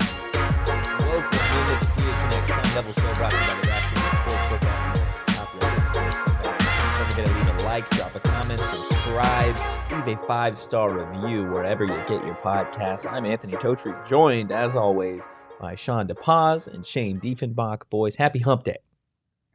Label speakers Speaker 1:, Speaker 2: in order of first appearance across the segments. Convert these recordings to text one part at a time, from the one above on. Speaker 1: Welcome into the PHNX Sun Devil Show brought to you by the DraftKings Sportsbook app. Don't forget to leave a like, drop a comment, subscribe, leave a five star review wherever you get your podcast. I'm Anthony Totri, joined as always by Sean DePaz and Shane Diefenbach. Boys, happy hump day.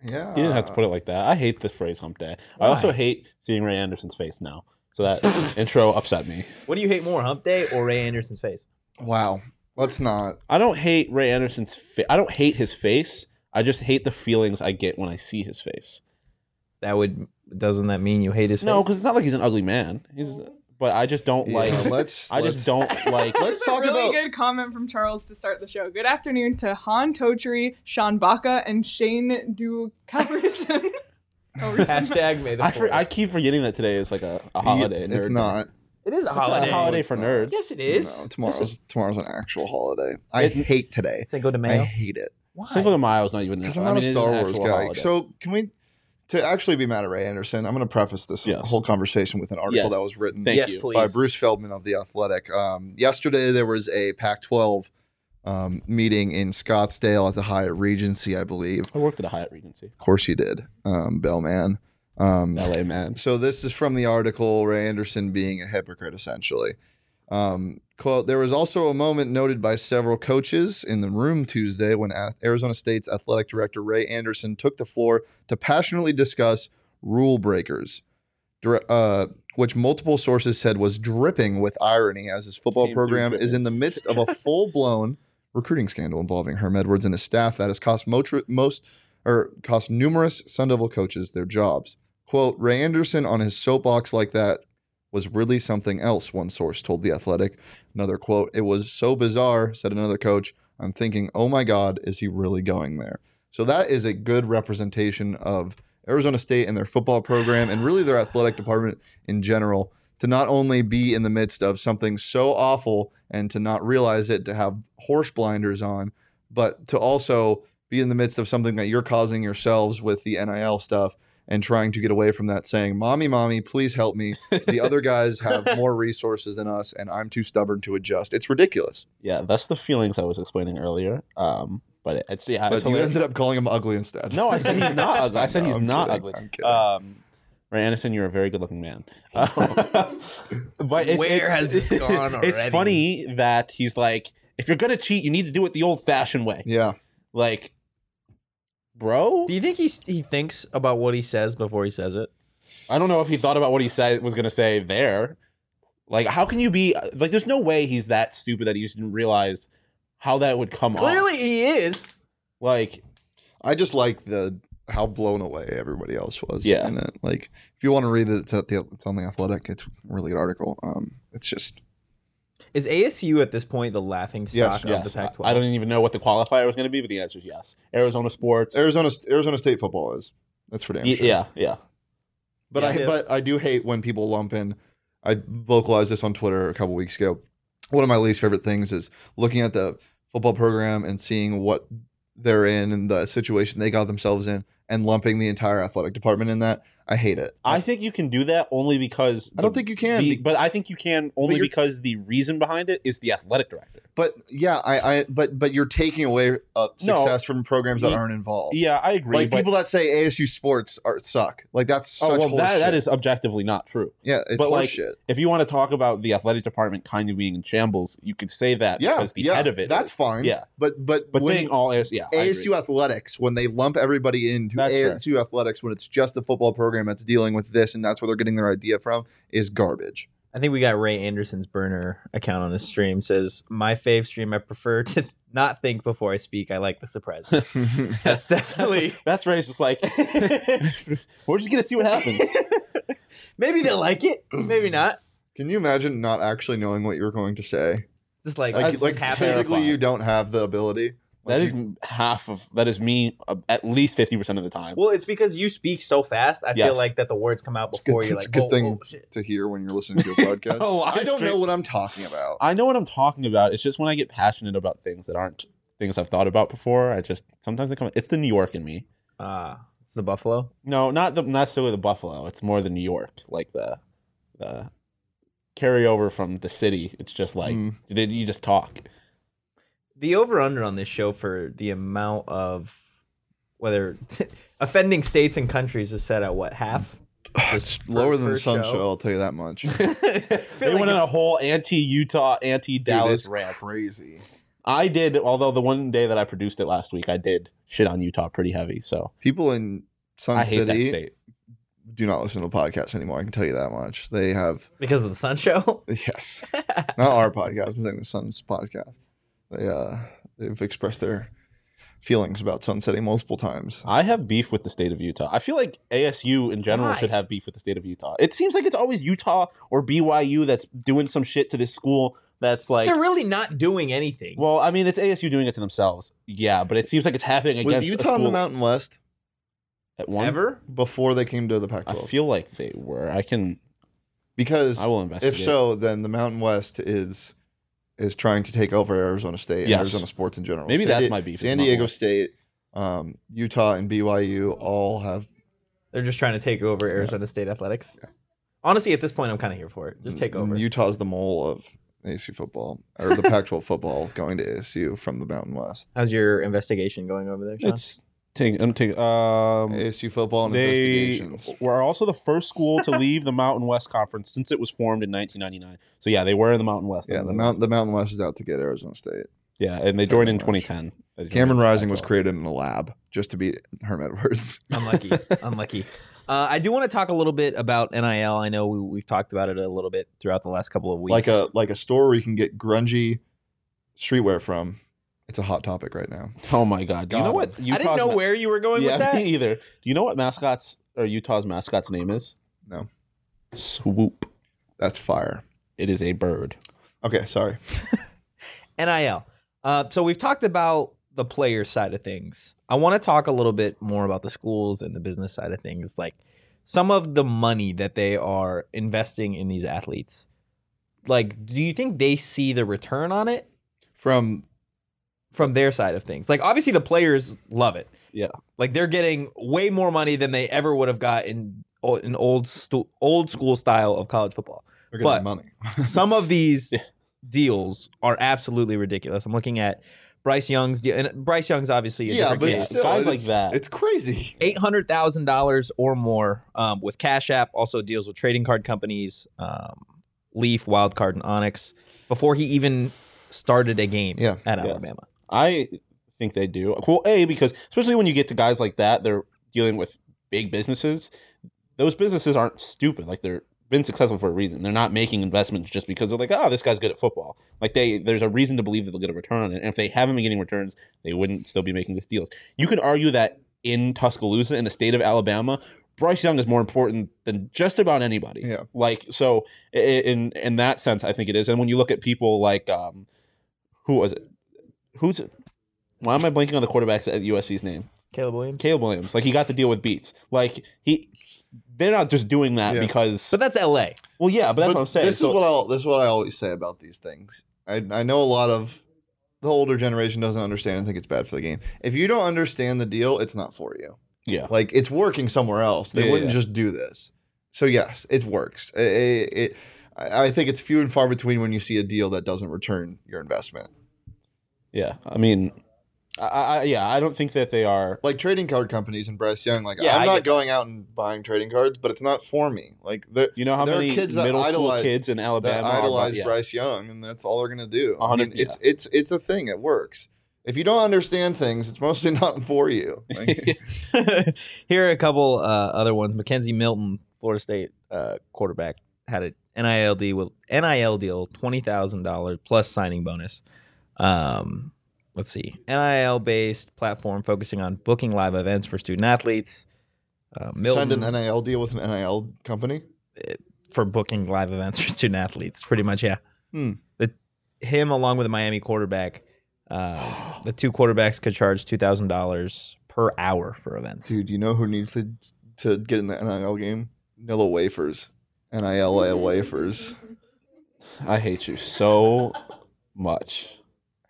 Speaker 2: Yeah.
Speaker 3: You didn't have to put it like that. I hate the phrase hump day.
Speaker 1: Why?
Speaker 3: I also hate seeing Ray Anderson's face now. So that intro upset me.
Speaker 1: What do you hate more, hump day or Ray Anderson's face?
Speaker 2: Wow. Let's not.
Speaker 3: I don't hate Ray Anderson's face. I don't hate his face. I just hate the feelings I get when I see his face.
Speaker 1: That would, doesn't that mean you hate his
Speaker 3: No,
Speaker 1: face?
Speaker 3: because it's not like he's an ugly man. He's, but I just don't
Speaker 2: Yeah,
Speaker 3: like.
Speaker 2: let's.
Speaker 3: I just
Speaker 2: let's-
Speaker 3: don't like.
Speaker 2: Let's
Speaker 4: This is
Speaker 2: talk
Speaker 4: a really
Speaker 2: about.
Speaker 4: good comment from Charles to start the show. Good afternoon to Han Totri, Sean Baca, and Shane Oh, Ducalverson.
Speaker 1: Hashtag may the
Speaker 3: I, for,
Speaker 1: fourth.
Speaker 3: I keep forgetting that today is like a, a holiday.
Speaker 2: It's
Speaker 3: nerd.
Speaker 2: not.
Speaker 1: It is a
Speaker 3: It's
Speaker 1: holiday.
Speaker 3: a holiday
Speaker 2: It's
Speaker 3: for
Speaker 2: not.
Speaker 3: nerds.
Speaker 1: Yes, it is.
Speaker 2: No, tomorrow's tomorrow's an actual holiday. I
Speaker 3: It-
Speaker 2: hate today.
Speaker 1: Cinco de
Speaker 2: I
Speaker 1: Mayo.
Speaker 2: hate it
Speaker 1: Why?
Speaker 3: Cinco de Mayo is not even.
Speaker 2: because
Speaker 3: I
Speaker 2: I'm not
Speaker 3: mean, it
Speaker 2: a
Speaker 3: is
Speaker 2: Star
Speaker 3: an
Speaker 2: Wars
Speaker 3: actual
Speaker 2: guy.
Speaker 3: holiday.
Speaker 2: So can we? To actually be mad at Ray Anderson, I'm going to preface this
Speaker 3: Yes.
Speaker 2: whole conversation with an article
Speaker 3: Yes.
Speaker 2: that was written
Speaker 3: Thank
Speaker 1: yes,
Speaker 3: you.
Speaker 1: please.
Speaker 2: by Bruce Feldman of The Athletic. Um, yesterday, there was a Pac 12 um, meeting in Scottsdale at the Hyatt Regency, I believe.
Speaker 3: I worked at a Hyatt Regency.
Speaker 2: Of course, he did, um, Bellman. Um,
Speaker 3: LA man.
Speaker 2: So this is from the article Ray Anderson being a hypocrite, essentially. Um, quote, there was also a moment noted by several coaches in the room Tuesday when a- Arizona State's athletic director Ray Anderson took the floor to passionately discuss rule breakers, dir- uh, which multiple sources said was dripping with irony as his football
Speaker 3: Came through
Speaker 2: program is
Speaker 3: dripping.
Speaker 2: in the midst of a full blown recruiting scandal involving Herm Edwards and his staff that has cost motr- most or cost numerous Sun Devil coaches their jobs. Quote, Ray Anderson on his soapbox like that was really something else, one source told The Athletic. Another quote, it was so bizarre, said another coach. I'm thinking, oh my God, is he really going there? So that is a good representation of Arizona State and their football program and really their athletic department in general to not only be in the midst of something so awful and to not realize it, to have horse blinders on, but to also be in the midst of something that you're causing yourselves with the NIL stuff and trying to get away from that saying, Mommy, mommy, please help me. The other guys have more resources than us and I'm too stubborn to adjust. It's ridiculous.
Speaker 3: Yeah, that's the feelings I was explaining earlier. Um, but it, it's yeah.
Speaker 2: But
Speaker 3: it's
Speaker 2: you
Speaker 3: hilarious.
Speaker 2: ended up calling him ugly instead.
Speaker 3: No, I said he's not ugly. I said
Speaker 2: No,
Speaker 3: he's
Speaker 2: I'm
Speaker 3: not
Speaker 2: kidding.
Speaker 3: ugly.
Speaker 2: I'm kidding.
Speaker 3: Um, Ray Anderson, you're a very good-looking man. but it's,
Speaker 1: Where
Speaker 3: it-
Speaker 1: has this gone
Speaker 3: It's
Speaker 1: already?
Speaker 3: funny that he's like, if you're gonna cheat, you need to do it the old-fashioned way.
Speaker 2: yeah.
Speaker 3: Like, bro,
Speaker 1: Do you think he he thinks about what he says before he says it?
Speaker 3: I don't know if he thought about what he said was gonna say there. Like, how can you be like? There's no way he's that stupid that he just didn't realize how that would come off.
Speaker 1: Clearly, he is.
Speaker 3: like,
Speaker 2: I just like the how blown away everybody else was.
Speaker 3: Yeah.
Speaker 2: in it. Like if you want to read it, it's, at the, it's on the Athletic. It's a really good article. Um, it's just
Speaker 1: Is ASU at this point the laughing stock
Speaker 2: Yes,
Speaker 1: of
Speaker 3: yes,
Speaker 1: the Pac-12?
Speaker 3: I I don't even know what the qualifier was gonna be, but the answer is yes. Arizona sports.
Speaker 2: Arizona Arizona State football is. That's for damn
Speaker 3: Y-
Speaker 2: sure.
Speaker 3: Yeah, yeah.
Speaker 2: But I
Speaker 1: Yeah.
Speaker 2: but I do hate when people lump in. I vocalized this on Twitter a couple weeks ago. One of my least favorite things is looking at the football program and seeing what they're in and the situation they got themselves in, and lumping the entire athletic department in that. I hate it.
Speaker 3: I think you can do that only because
Speaker 2: I don't
Speaker 3: the-
Speaker 2: think you can.
Speaker 3: the-
Speaker 2: be-
Speaker 3: but I think you can only
Speaker 2: you're-
Speaker 3: because the reason behind it is the athletic director.
Speaker 2: But yeah, I, I but but you're taking away uh,
Speaker 3: No.
Speaker 2: success from programs that
Speaker 3: Ye-
Speaker 2: aren't involved.
Speaker 3: Yeah, I agree.
Speaker 2: like
Speaker 3: but,
Speaker 2: people that say ASU sports are suck. Like that's such
Speaker 3: oh well,
Speaker 2: horseshit.
Speaker 3: that, that is objectively not true.
Speaker 2: yeah, it's
Speaker 3: but, like,
Speaker 2: horseshit.
Speaker 3: If you want to talk about the athletic department kind of being in shambles, you could say that
Speaker 2: yeah,
Speaker 3: because the
Speaker 2: yeah,
Speaker 3: head of it.
Speaker 2: That's
Speaker 3: is.
Speaker 2: fine.
Speaker 3: Yeah.
Speaker 2: but but
Speaker 3: But
Speaker 2: when
Speaker 3: saying all ASU, yeah, I agree.
Speaker 2: ASU athletics when they lump everybody into
Speaker 3: That's fair.
Speaker 2: ASU athletics when it's just the football program that's dealing with this and that's where they're getting their idea from is garbage.
Speaker 1: I think we got Ray Anderson's burner account on the stream. Says my fave stream. I prefer to not think before I speak. I like the surprises. That's definitely.
Speaker 3: That's racist. Like, we're just gonna see what happens.
Speaker 1: Maybe they'll like it. Maybe not.
Speaker 2: Can you imagine not actually knowing what you're going to say?
Speaker 1: Just like
Speaker 3: That's
Speaker 2: Like,
Speaker 1: just
Speaker 2: like
Speaker 1: happens.
Speaker 2: physically, you don't have the ability.
Speaker 3: That
Speaker 2: Like,
Speaker 3: is half of that is me uh, at least fifty percent of the time.
Speaker 1: Well, it's because you speak so fast. I feel
Speaker 3: Yes.
Speaker 1: like that the words come out
Speaker 2: It's good-
Speaker 1: before you're
Speaker 2: it's
Speaker 1: like,
Speaker 2: a good
Speaker 1: oh,
Speaker 2: thing.
Speaker 1: oh, shit.
Speaker 2: to hear when you're listening to a podcast.
Speaker 3: Oh,
Speaker 2: I don't
Speaker 3: straight-
Speaker 2: know what I'm talking about.
Speaker 3: I know what I'm talking about. It's just when I get passionate about things that aren't things I've thought about before. I just sometimes I come. It's the New York in me.
Speaker 1: Ah, it's the Buffalo.
Speaker 3: No, not the not necessarily the Buffalo. It's more the New York, like the the carryover from the city. It's just like
Speaker 2: Mm.
Speaker 3: then you just talk.
Speaker 1: The over under on this show for the amount of whether offending states and countries is set at what half?
Speaker 2: it's
Speaker 1: Just per-
Speaker 2: lower than
Speaker 1: per
Speaker 2: the Sun
Speaker 1: show.
Speaker 2: Show. I'll tell you that much. Dude,
Speaker 3: They
Speaker 1: like
Speaker 3: went on a
Speaker 1: it's-
Speaker 3: whole anti-Utah, anti-Dallas
Speaker 2: it's
Speaker 3: rant.
Speaker 2: crazy.
Speaker 3: I did, although the one day that I produced it last week, I did shit on Utah pretty heavy. So
Speaker 2: People in Sun
Speaker 3: I hate that
Speaker 2: City
Speaker 3: state.
Speaker 2: do not listen to podcasts anymore. I can tell you that much. They have
Speaker 1: because of the Sun Show.
Speaker 2: Yes. Not our podcast, but the Sun's podcast. They uh they've expressed their feelings about sunsetting multiple times.
Speaker 3: I have beef with the state of Utah. I feel like ASU in general
Speaker 1: Why?
Speaker 3: should have beef with the state of Utah. It seems like it's always Utah or BYU that's doing some shit to this school that's like.
Speaker 1: They're really not doing anything.
Speaker 3: well, I mean, it's ASU doing it to themselves. Yeah, but it seems like it's happening
Speaker 2: Was
Speaker 3: against a
Speaker 2: Utah in the
Speaker 3: school
Speaker 2: Mountain West
Speaker 3: at one.
Speaker 1: ever?
Speaker 2: before they came to the
Speaker 3: I
Speaker 2: Pac-12?
Speaker 3: feel like they were. I can.
Speaker 2: because
Speaker 3: I will
Speaker 2: if
Speaker 3: investigate.
Speaker 2: so, then the Mountain West is is trying to take over Arizona State and
Speaker 3: Yes.
Speaker 2: Arizona sports in general.
Speaker 3: Maybe that's
Speaker 2: Di-
Speaker 3: my beef is the
Speaker 2: San
Speaker 3: Mountain
Speaker 2: Diego
Speaker 3: West.
Speaker 2: State, um, Utah, and BYU all have.
Speaker 1: They're just trying to take over Arizona State athletics. Honestly, at this point, I'm kind of here for it. Just take
Speaker 2: Mm,
Speaker 1: over.
Speaker 2: Utah's the mole of ASU football or the Pac-12 football going to ASU from the Mountain West.
Speaker 1: How's your investigation going over there, Sean?
Speaker 3: It's. Take, I'm taking. Um,
Speaker 2: ASU football and
Speaker 3: they Oh,
Speaker 2: investigations.
Speaker 3: were also the first school to leave the Mountain West Conference since it was formed in 1999. So yeah, they were in the Mountain West.
Speaker 2: Yeah, the Mount the Mountain West is out to get Arizona State.
Speaker 3: Yeah, and they
Speaker 2: Pretty
Speaker 3: joined in
Speaker 2: much.
Speaker 3: 2010. They joined
Speaker 2: Cameron
Speaker 3: the
Speaker 2: Rising was
Speaker 3: Pac-12.
Speaker 2: created in a lab just to beat Herm Edwards.
Speaker 1: Unlucky. Unlucky. Uh, I do want to talk a little bit about NIL. I know we, we've talked about it a little bit throughout the last couple of weeks.
Speaker 2: like a like a store where you can get grungy streetwear from. It's a hot topic right now.
Speaker 3: Oh my god! Do you know
Speaker 2: God.
Speaker 3: what?
Speaker 1: I didn't know
Speaker 3: ma-
Speaker 1: where you were going
Speaker 3: yeah,
Speaker 1: with that.
Speaker 3: me either. Do you know what mascots or Utah's mascot's name is?
Speaker 2: No.
Speaker 3: Swoop.
Speaker 2: That's fire.
Speaker 3: It is a bird.
Speaker 2: Okay, sorry.
Speaker 1: NIL. Uh, so we've talked about the player side of things. I want to talk a little bit more about the schools and the business side of things, like some of the money that they are investing in these athletes. Like, do you think they see the return on it
Speaker 2: From
Speaker 1: from their side of things? Like, obviously, the players love it.
Speaker 3: Yeah.
Speaker 1: Like, they're getting way more money than they ever would have got in o- an old stu- old school style of college football
Speaker 2: they're
Speaker 1: But-
Speaker 2: getting money.
Speaker 1: some of these deals are absolutely ridiculous. I'm looking at Bryce Young's deal, and Bryce Young's obviously a
Speaker 2: yeah,
Speaker 1: different
Speaker 2: but
Speaker 3: yeah,
Speaker 1: case.
Speaker 2: still,
Speaker 3: guys like
Speaker 2: it's-
Speaker 3: that.
Speaker 2: It's crazy.
Speaker 1: Eight hundred thousand dollars or more um, with Cash App. Also deals with trading card companies, um, Leaf, Wildcard, and Onyx before he even started a game
Speaker 2: Yeah.
Speaker 1: at
Speaker 3: Yeah.
Speaker 1: Alabama.
Speaker 3: I think they do. Well, a because especially when you get to guys like that, they're dealing with big businesses. Those businesses aren't stupid. Like they're been successful for a reason. They're not making investments just because they're like, oh, this guy's good at football. Like they, there's a reason to believe that they'll get a return on it. And if they haven't been getting returns, they wouldn't still be making these deals. You can argue that in Tuscaloosa, in the state of Alabama, Bryce Young is more important than just about anybody.
Speaker 2: Yeah.
Speaker 3: Like so, i- i- in in that sense, I think it is. And when you look at people like, um, who was it? Who's it? Why am I blanking on the quarterbacks at USC's name?
Speaker 1: Caleb Williams.
Speaker 3: Caleb Williams. Like he got the deal with Beats. Like he, they're not just doing that
Speaker 2: Yeah.
Speaker 3: because.
Speaker 1: But that's L.A.
Speaker 3: well, yeah, but that's
Speaker 2: But
Speaker 3: what I'm saying.
Speaker 2: This
Speaker 3: So-
Speaker 2: is what I'll, this is what I always say about these things. I, I know a lot of the older generation doesn't understand and think it's bad for the game. If you don't understand the deal, it's not for you.
Speaker 3: Yeah.
Speaker 2: Like it's working somewhere else. They
Speaker 3: Yeah,
Speaker 2: wouldn't
Speaker 3: yeah.
Speaker 2: just do this. So yes, it works. I- I- it- I I think it's few and far between when you see a deal that doesn't return your investment.
Speaker 3: Yeah. I mean, I, I yeah, I don't think that they are.
Speaker 2: Like trading card companies and Bryce Young, like
Speaker 3: Yeah,
Speaker 2: I'm
Speaker 3: I
Speaker 2: not
Speaker 3: get
Speaker 2: going out and buying trading cards, but it's not for me. Like there,
Speaker 3: You know how
Speaker 2: there
Speaker 3: many
Speaker 2: are kids that
Speaker 3: middle
Speaker 2: idolize,
Speaker 3: school kids in
Speaker 2: that
Speaker 3: Alabama are bu-
Speaker 2: idolize
Speaker 3: yeah.
Speaker 2: Bryce Young, and that's all they're gonna do.
Speaker 3: A
Speaker 2: I
Speaker 3: hundred-
Speaker 2: mean, it's it's it's a thing. It works. If you don't understand things, it's mostly not for you. Like,
Speaker 1: Here are a couple uh, other ones. Mackenzie Milton, Florida State uh, quarterback, had a NIL deal with NIL deal twenty thousand dollars plus signing bonus. Um, let's see, NIL based platform focusing on booking live events for student athletes. Uh,
Speaker 2: signed
Speaker 1: Milton
Speaker 2: an NIL deal with an NIL company.
Speaker 1: for booking live events for student athletes, pretty much, yeah.
Speaker 2: Hmm.
Speaker 1: The, him along with the Miami quarterback, uh, the two quarterbacks could charge two thousand dollars per hour for events.
Speaker 2: Dude, you know who needs to to get in the NIL game? Nilla wafers. NILA wafers.
Speaker 3: I hate you so much.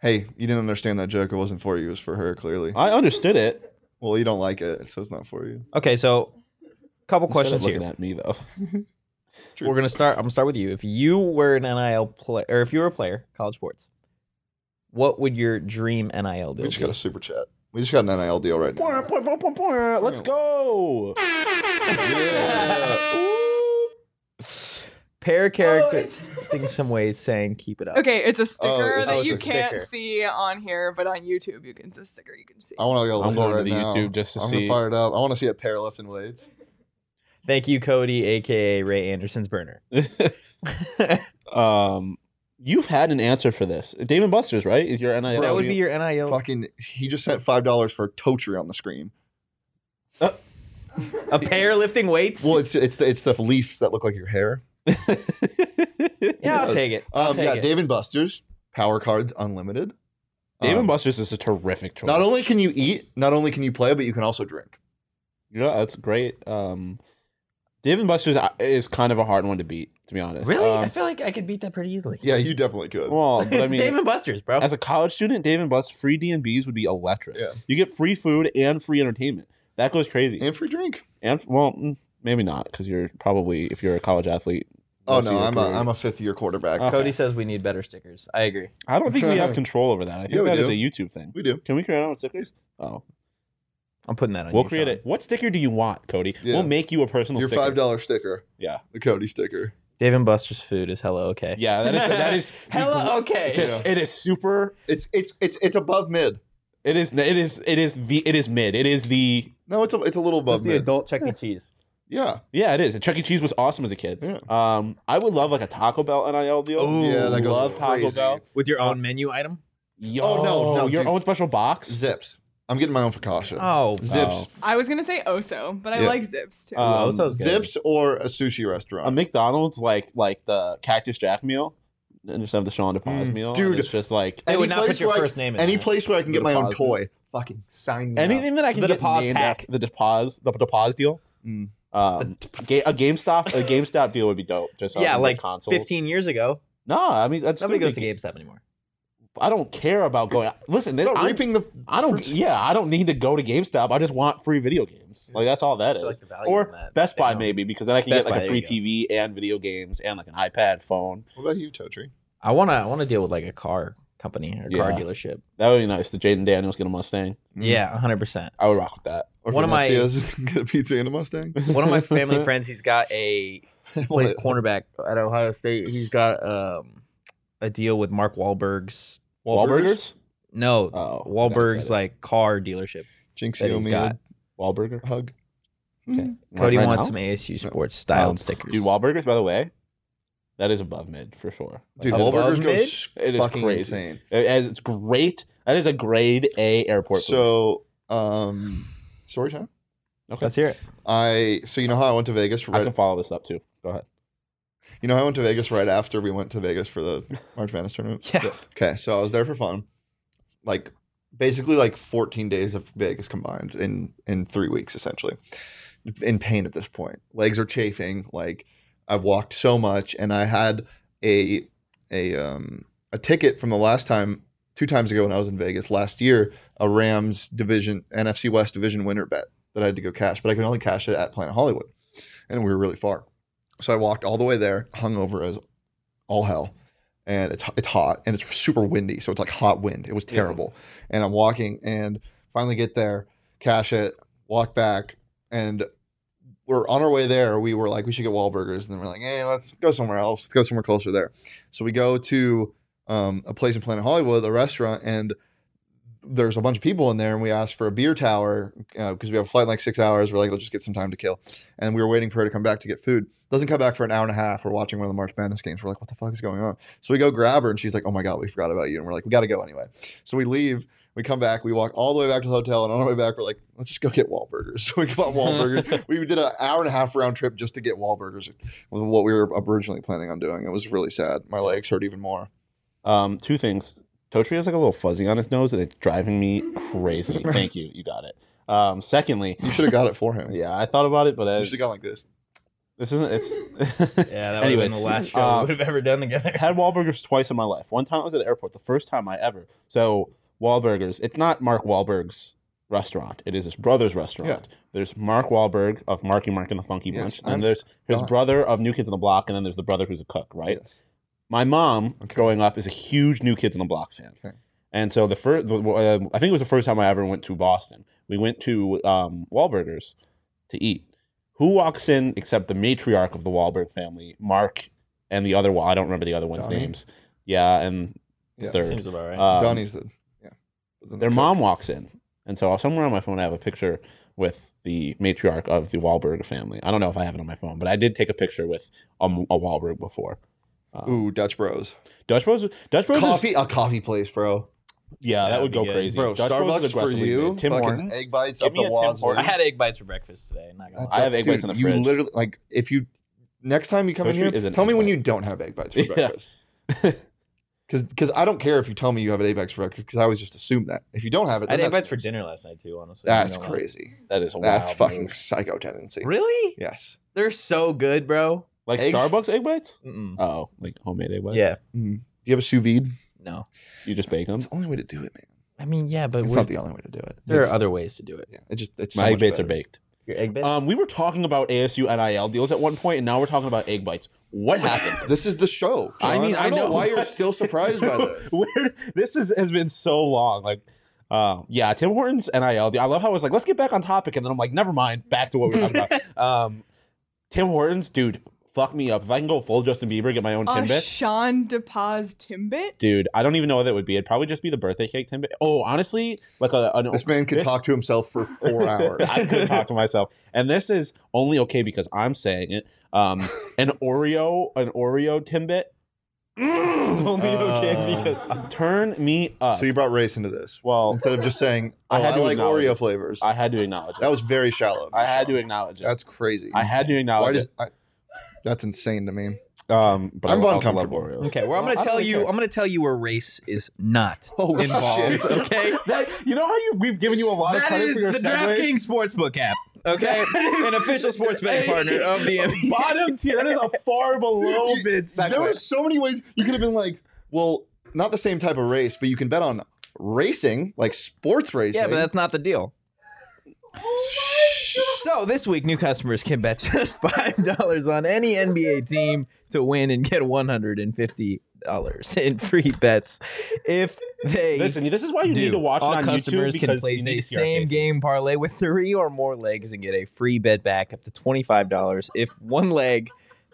Speaker 2: Hey, you didn't understand that joke. It wasn't for you. It was for her, clearly.
Speaker 3: I understood it.
Speaker 2: Well, you don't like it, so it's not for you.
Speaker 1: Okay, so couple
Speaker 3: Instead of
Speaker 1: questions
Speaker 3: looking
Speaker 1: here.
Speaker 3: at me though.
Speaker 2: True.
Speaker 1: We're gonna start. I'm gonna start with you. If you were an NIL player, or if you were a player, college sports, what would your dream NIL
Speaker 2: We
Speaker 1: deal
Speaker 2: just got
Speaker 1: be?
Speaker 2: a super chat. We just got an NIL deal right now.
Speaker 3: Let's go.
Speaker 1: Pair
Speaker 4: Oh,
Speaker 1: character.
Speaker 4: it's-
Speaker 1: I think some ways saying keep it up.
Speaker 4: Okay, it's a sticker
Speaker 2: it's-
Speaker 4: that
Speaker 2: oh, it's
Speaker 4: you
Speaker 2: a
Speaker 4: can't
Speaker 2: sticker.
Speaker 4: see on here, but on YouTube you can. It's a sticker you can see.
Speaker 2: I want to go.
Speaker 3: I'm
Speaker 2: look
Speaker 3: going
Speaker 2: at
Speaker 3: to
Speaker 2: it
Speaker 3: the
Speaker 2: right now.
Speaker 3: YouTube just to
Speaker 2: I'm
Speaker 3: see.
Speaker 2: I'm fired up. I want to see a pair left in Wade's.
Speaker 1: Thank you, Cody, aka Ray Anderson's burner.
Speaker 3: um, you've had an answer for this. Dave and Buster's, right? Is your NIL?
Speaker 1: that would
Speaker 3: deal?
Speaker 1: be your NIL
Speaker 2: Fucking, he just sent five dollars for Totri on the screen.
Speaker 1: a pair lifting weights.
Speaker 2: Well, it's it's the it's the leaves that look like your hair.
Speaker 1: yeah, I'll
Speaker 2: yes.
Speaker 1: take it. I'll
Speaker 2: Um,
Speaker 1: take
Speaker 2: yeah,
Speaker 1: it.
Speaker 2: Dave and Buster's power cards unlimited.
Speaker 3: Dave
Speaker 2: Um,
Speaker 3: and Buster's is a terrific choice.
Speaker 2: Not only can you eat, not only can you play, but you can also drink.
Speaker 3: yeah, that's great. Um, Dave and Buster's uh, is kind of a hard one to beat, to be honest.
Speaker 1: really, I
Speaker 3: Um,
Speaker 1: feel like I could beat that pretty easily.
Speaker 2: Yeah, you definitely could.
Speaker 3: well,
Speaker 1: it's
Speaker 3: but I mean,
Speaker 1: Dave and Buster's, bro.
Speaker 3: as a college student, Dave and Buster's free D and B's would be electric.
Speaker 2: Yeah.
Speaker 3: You get free food and free entertainment. That goes crazy.
Speaker 2: and free drink.
Speaker 3: And well, mm, maybe not because you're probably if you're a college athlete.
Speaker 2: Oh
Speaker 3: most of
Speaker 2: no,
Speaker 3: your
Speaker 2: I'm a
Speaker 3: career-
Speaker 2: I'm a fifth year quarterback.
Speaker 3: Uh,
Speaker 1: Cody
Speaker 3: okay.
Speaker 1: says we need better stickers. I agree.
Speaker 3: I don't think we have control over that. I think
Speaker 2: Yeah, we
Speaker 3: that is
Speaker 2: do.
Speaker 3: a YouTube thing.
Speaker 2: we do.
Speaker 3: Can we create our own stickers? Oh,
Speaker 1: I'm putting that on.
Speaker 3: we'll
Speaker 1: you,
Speaker 3: create
Speaker 1: Sean.
Speaker 3: it. What sticker do you want, Cody?
Speaker 2: Yeah.
Speaker 3: We'll make you a personal.
Speaker 2: Your
Speaker 3: sticker.
Speaker 2: five dollar sticker,
Speaker 3: Yeah,
Speaker 2: the Cody sticker.
Speaker 1: Dave and Buster's food is hella okay.
Speaker 3: yeah. That is that is
Speaker 1: hella okay.
Speaker 3: Just it is super.
Speaker 2: It's it's it's it's above mid.
Speaker 3: It is it is it is the it is mid. It is the
Speaker 2: No, it's a, it's a little
Speaker 1: This
Speaker 2: above
Speaker 1: is the
Speaker 2: mid.
Speaker 1: adult Chuck E. Cheese.
Speaker 2: Yeah,
Speaker 3: yeah. It is. Chuck E. Cheese was awesome as a kid.
Speaker 2: Yeah.
Speaker 3: Um, I would love like a Taco Bell NIL deal.
Speaker 1: Ooh,
Speaker 2: yeah, that goes
Speaker 3: love Taco
Speaker 2: crazy.
Speaker 3: Bell. Uh,
Speaker 1: With your own menu item?
Speaker 3: Yo,
Speaker 2: Oh, no, no,
Speaker 3: your
Speaker 2: dude.
Speaker 3: own special box.
Speaker 2: Zips. I'm getting my own focaccia.
Speaker 1: Oh,
Speaker 2: Zips,
Speaker 4: I was gonna say Oso, but I
Speaker 2: Yeah.
Speaker 4: like Zips too.
Speaker 3: Um,
Speaker 1: oh, sounds good.
Speaker 2: zips, or a sushi restaurant.
Speaker 3: a McDonald's like like the Cactus Jack meal, and just have the Sean DePaz
Speaker 2: Mm,
Speaker 3: meal.
Speaker 2: dude.
Speaker 3: and it's just like
Speaker 1: They
Speaker 2: Any
Speaker 1: would not
Speaker 2: place
Speaker 1: put your
Speaker 2: where I-
Speaker 1: first name in
Speaker 2: Any
Speaker 1: there.
Speaker 2: place where I can
Speaker 3: The
Speaker 2: get my own
Speaker 3: deposit.
Speaker 2: toy, fucking sign me up.
Speaker 3: anything that I can
Speaker 1: Mm, The
Speaker 3: get
Speaker 1: DePaul's
Speaker 3: named
Speaker 1: pack.
Speaker 3: after the DePaz the DePaz deal.
Speaker 2: Mm.
Speaker 3: Um, ga- a GameStop a GameStop deal would be dope. Just on
Speaker 1: Yeah,
Speaker 3: the
Speaker 1: like
Speaker 3: consoles.
Speaker 1: 15 years ago,
Speaker 3: No, I mean that's
Speaker 1: nobody
Speaker 3: stupid.
Speaker 1: goes to GameStop anymore.
Speaker 3: I don't care about going. Listen, this,
Speaker 2: No,
Speaker 3: I,
Speaker 2: reaping the.
Speaker 3: I don't.
Speaker 2: fruits.
Speaker 3: Yeah, I don't need to go to GameStop. I just want free video games. Like that's all that
Speaker 1: I
Speaker 3: is.
Speaker 1: feel like the value
Speaker 3: or
Speaker 1: in that
Speaker 3: Best Buy
Speaker 1: down.
Speaker 3: maybe because then I can
Speaker 1: Best
Speaker 3: get like
Speaker 1: Buy,
Speaker 3: a
Speaker 1: there
Speaker 3: free
Speaker 1: you go.
Speaker 3: TV and video games and like an iPad phone.
Speaker 2: What about you, Totri?
Speaker 1: I want to I wanna deal with like a car company or car
Speaker 3: Yeah. Mm-hmm.
Speaker 1: dealership.
Speaker 3: That would be nice. The Jaden Daniels get a Mustang.
Speaker 1: Yeah, 100%.
Speaker 3: I would rock with that.
Speaker 2: Or
Speaker 1: One of my-
Speaker 2: Venezia, get a pizza and a Mustang.
Speaker 1: One of my family friends, he's got a plays
Speaker 2: What?
Speaker 1: cornerback at Ohio State. He's got um, a deal with Mark Wahlberg's.
Speaker 3: Wahlburgers.
Speaker 1: No,
Speaker 3: Oh,
Speaker 1: Wahlberg's
Speaker 3: I
Speaker 1: like car dealership.
Speaker 2: Jinx,
Speaker 1: that
Speaker 2: you owe
Speaker 1: he's
Speaker 2: me
Speaker 1: got.
Speaker 2: a
Speaker 3: Wahlburger.
Speaker 2: hug.
Speaker 1: Cody
Speaker 3: Right
Speaker 1: wants
Speaker 3: now?
Speaker 1: some ASU sports styled
Speaker 3: Um,
Speaker 1: stickers.
Speaker 3: Dude, Wahlburgers, by the way, that is above mid for sure.
Speaker 2: Dude,
Speaker 3: Like,
Speaker 1: Wahlburger-
Speaker 2: Wahlburgers
Speaker 1: above mid?
Speaker 2: goes
Speaker 3: It is
Speaker 2: fucking
Speaker 3: crazy.
Speaker 2: insane.
Speaker 3: it- as it's great. That is a grade A airport. food.
Speaker 2: So, um, story time.
Speaker 3: okay.
Speaker 1: Let's hear it.
Speaker 2: I so you know how I went to Vegas
Speaker 3: I can
Speaker 2: right.
Speaker 3: follow this up too. Go ahead.
Speaker 2: You know how I went to Vegas right after we went to Vegas for the March Madness tournament.
Speaker 1: Yeah.
Speaker 2: Okay, so I was there for fun, like basically like 14 days of Vegas combined in in three weeks essentially. In pain at this point, legs are chafing. Like I've walked so much, and I had a a um a ticket from the last time two times ago when I was in Vegas last year a Rams division NFC West division winner bet that I had to go cash, but I could only cash it at Planet Hollywood, and we were really far. So I walked all the way there, hungover as all hell, and it's it's hot and it's super windy, so it's like hot wind. It was
Speaker 3: Yeah.
Speaker 2: terrible, and I'm walking and finally get there, cash it, walk back, and we're on our way there. We were like, we should get Wahlburgers, and then we're like, hey, let's go somewhere else. Let's go somewhere closer there. So we go to um, a place in Planet Hollywood, a restaurant, and there's a bunch of people in there, and we asked for a beer tower because we have a flight in like six hours. We're like, let's just get some time to kill, and we were waiting for her to come back to get food. Doesn't come back for an hour and a half. We're watching one of the March Madness games. We're like, what the fuck is going on? So we go grab her, and she's like, oh my god, we forgot about you, and we're like, we got to go anyway. So we leave. We come back, we walk all the way back to the hotel, and on our way back, we're like, let's just go get Wahlburgers. So we bought Wahlburgers. we did an hour and a half round trip just to get Wahlburgers with what we were originally planning on doing. It was really sad. My legs hurt even more.
Speaker 3: Um, two things. Totri has like a little fuzzy on his nose, and it's driving me crazy. Thank you, you got it. Um, secondly,
Speaker 2: You should have got it for him.
Speaker 3: yeah, I thought about it, but I,
Speaker 2: You should have gone like this.
Speaker 3: this isn't. It's
Speaker 1: Yeah, that would
Speaker 3: Anyway,
Speaker 1: have been the last show
Speaker 3: uh,
Speaker 1: we would have ever done together.
Speaker 3: had Wahlburgers twice in my life. One time I was at the airport, the first time I ever. So Wahlburgers, it's not Mark Wahlberg's restaurant. It is his brother's restaurant. There's Mark Wahlberg of Marky Mark and the Funky
Speaker 2: Yes,
Speaker 3: Bunch,
Speaker 2: I'm
Speaker 3: and there's his
Speaker 2: done.
Speaker 3: brother of New Kids on the Block, and then there's the brother who's a cook, right?
Speaker 2: Yes.
Speaker 3: My mom,
Speaker 2: Okay.
Speaker 3: growing up, is a huge New Kids on the Block fan.
Speaker 2: Okay.
Speaker 3: And so the first, uh, I think it was the first time I ever went to Boston. We went to um, Wahlburgers to eat. Who walks in except the matriarch of the Wahlberg family, Mark, and the other? Well, I don't remember the other one's
Speaker 2: Donnie?
Speaker 3: names. Yeah, and
Speaker 2: Yeah.
Speaker 3: third.
Speaker 1: Seems about right.
Speaker 3: um,
Speaker 2: Donnie's the yeah. But then
Speaker 3: Their
Speaker 2: the
Speaker 3: mom
Speaker 2: cook-
Speaker 3: walks in, and so somewhere on my phone I have a picture with the matriarch of the Wahlberg family. I don't know if I have it on my phone, but I did take a picture with a, a Wahlberg before. Um,
Speaker 2: Ooh, Dutch Bros.
Speaker 3: Dutch Bros. Dutch Bros. is-
Speaker 2: Coffee, a coffee place, bro.
Speaker 3: Yeah, that
Speaker 1: That'd
Speaker 3: would
Speaker 1: be
Speaker 3: go
Speaker 1: good.
Speaker 3: crazy.
Speaker 2: Bro,
Speaker 3: Dutch Bros
Speaker 2: Starbucks
Speaker 3: is
Speaker 2: for
Speaker 3: aggressively
Speaker 2: you.
Speaker 3: good. Tim
Speaker 2: fucking
Speaker 3: Hortons.
Speaker 2: egg bites
Speaker 3: Give
Speaker 2: up
Speaker 3: me
Speaker 2: the
Speaker 3: a Tim
Speaker 2: wazoo.
Speaker 3: Hortons.
Speaker 1: I had egg bites for breakfast today. Not gonna
Speaker 2: That-
Speaker 1: lie.
Speaker 3: I have egg
Speaker 2: dude,
Speaker 3: bites in the
Speaker 2: you
Speaker 3: fridge.
Speaker 2: literally like if you next time you come
Speaker 3: Toasty
Speaker 2: in
Speaker 3: is
Speaker 2: here,
Speaker 3: an
Speaker 2: tell me
Speaker 3: egg
Speaker 2: when
Speaker 3: bite.
Speaker 2: you don't have egg bites for
Speaker 3: Yeah.
Speaker 2: breakfast. Because because I don't care if you tell me you have an egg bites for breakfast because I always just assume that if you don't have it,
Speaker 1: I had
Speaker 2: then
Speaker 1: egg
Speaker 2: that's-
Speaker 1: bites for dinner last night too. Honestly,
Speaker 2: That's
Speaker 1: I'm not gonna lie.
Speaker 2: crazy.
Speaker 3: That is a
Speaker 2: That's
Speaker 3: wild
Speaker 2: fucking
Speaker 3: move.
Speaker 2: psycho tendency.
Speaker 1: Really?
Speaker 2: Yes.
Speaker 1: They're so good, bro.
Speaker 3: like
Speaker 2: Eggs-
Speaker 3: Starbucks egg bites.
Speaker 1: Mm-mm.
Speaker 3: Oh, like homemade egg bites.
Speaker 1: Yeah.
Speaker 2: Mm. Do you have a sous vide?
Speaker 1: No.
Speaker 3: you just bake them.
Speaker 2: That's the only way to do it, man.
Speaker 1: I mean, yeah, but
Speaker 2: It's
Speaker 1: we're-
Speaker 2: not the only way to do it.
Speaker 1: there
Speaker 2: It's-
Speaker 1: are other ways to do it.
Speaker 2: Yeah, it just it's so
Speaker 3: My egg
Speaker 2: much
Speaker 3: bites are
Speaker 2: better.
Speaker 3: baked.
Speaker 1: Your egg bits.
Speaker 3: Um, we were talking about ASU NIL deals at one point, and now we're talking about egg bites. What happened?
Speaker 2: This is the show.
Speaker 3: I
Speaker 2: Sean.
Speaker 3: mean,
Speaker 2: I don't
Speaker 3: I know.
Speaker 2: know why you're still surprised by this.
Speaker 3: Where this is has been so long. Like, um, yeah, Tim Hortons NIL deal. I love how I was like, let's get back on topic, and then I'm like, never mind, back to what we were talking about. Um, Tim Hortons, dude, fuck me up. If I can go full Justin Bieber, get my own
Speaker 4: A
Speaker 3: Timbit.
Speaker 4: Uh, Sean DePaz Timbit?
Speaker 3: Dude, I don't even know what that would be. It'd probably just be the birthday cake Timbit. Oh, honestly, like a an,
Speaker 2: This man could
Speaker 3: this-
Speaker 2: talk to himself for four hours.
Speaker 3: I couldn't talk to myself. And this is only okay because I'm saying it. Um, an Oreo, an Oreo Timbit. It's only okay
Speaker 2: Mm. Uh.
Speaker 3: because turn me up.
Speaker 2: so you brought race into this.
Speaker 3: well,
Speaker 2: Instead of just saying, oh, I,
Speaker 3: I had to
Speaker 2: like
Speaker 3: acknowledge
Speaker 2: Oreo
Speaker 3: it.
Speaker 2: flavors.
Speaker 3: I had to acknowledge it.
Speaker 2: that was very shallow. of you,
Speaker 3: I had
Speaker 2: Sean.
Speaker 3: to acknowledge it.
Speaker 2: That's crazy.
Speaker 3: I had to acknowledge
Speaker 2: Why does
Speaker 3: it.
Speaker 2: I, that's insane to me.
Speaker 3: Um, but
Speaker 2: I'm
Speaker 3: I also love
Speaker 2: uncomfortable.
Speaker 3: Oreos.
Speaker 1: okay, well, I'm
Speaker 3: I
Speaker 1: gonna
Speaker 3: don't
Speaker 1: tell
Speaker 3: really
Speaker 1: you.
Speaker 3: care.
Speaker 1: I'm gonna tell you where race is not
Speaker 2: Oh,
Speaker 1: involved.
Speaker 2: shit.
Speaker 1: Okay.
Speaker 3: That- you know how you, we've given you a lot of
Speaker 1: That
Speaker 3: credit
Speaker 1: is
Speaker 3: for your
Speaker 1: the
Speaker 3: segue?
Speaker 1: DraftKings Sportsbook app. Okay, an official sports betting partner of the NBA.
Speaker 3: Bottom tier. That is a far below
Speaker 2: you-
Speaker 3: bid segue.
Speaker 2: There were so many ways you could have been like, well, not the same type of race, but you can bet on racing, like sports racing.
Speaker 1: Yeah, but that's not the deal. So this week, new customers can bet just five dollars on any NBA team to win and get one hundred and fifty dollars in free bets if they
Speaker 3: Listen, this is why you
Speaker 1: do.
Speaker 3: need to watch
Speaker 1: All
Speaker 3: it on
Speaker 1: customers
Speaker 3: YouTube
Speaker 1: can
Speaker 3: because you
Speaker 1: place
Speaker 3: need
Speaker 1: a
Speaker 3: to see our
Speaker 1: same
Speaker 3: faces.
Speaker 1: game parlay with three or more legs and get a free bet back up to twenty five dollars if one leg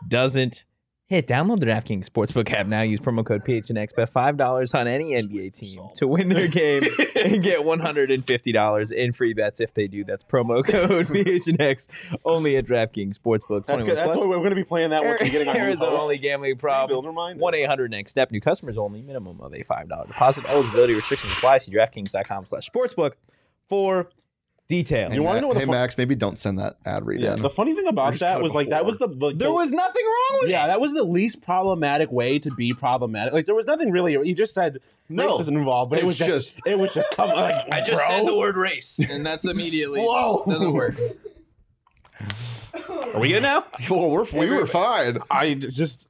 Speaker 1: doesn't hit. Download the DraftKings Sportsbook app now. Use promo code PHNX. Bet five dollars on any NBA team to win their game and get one hundred and fifty dollars in free bets if they do. That's promo code PHNX only at DraftKings Sportsbook.
Speaker 3: That's
Speaker 1: 21
Speaker 3: good. That's
Speaker 1: plus.
Speaker 3: what we're going to be playing that once we get it on
Speaker 1: Arizona only gambling problem. One eight hundred next step. New customers only. Minimum of a five dollar deposit. Eligibility restrictions apply. See DraftKings.com/sportsbook for details.
Speaker 2: Hey,
Speaker 3: You wanna
Speaker 2: Ma-
Speaker 3: know what the
Speaker 2: hey
Speaker 3: fu-
Speaker 2: Max, maybe don't send that ad read
Speaker 3: Yeah.
Speaker 2: in.
Speaker 3: The funny thing about
Speaker 2: Just cut
Speaker 3: that
Speaker 2: it
Speaker 3: was like that was the, the
Speaker 1: there
Speaker 3: the-
Speaker 1: was nothing wrong with
Speaker 3: yeah that was the least problematic way to be problematic. Like there was nothing really. He just said
Speaker 2: No.
Speaker 3: race is involved, but it
Speaker 2: It's
Speaker 3: was just,
Speaker 2: just-
Speaker 3: it was just come like
Speaker 1: it.
Speaker 3: bro.
Speaker 1: word race, and that's immediately
Speaker 2: Whoa. doesn't work.
Speaker 1: Are we good now?
Speaker 2: Well, we're, we were fine.
Speaker 3: I just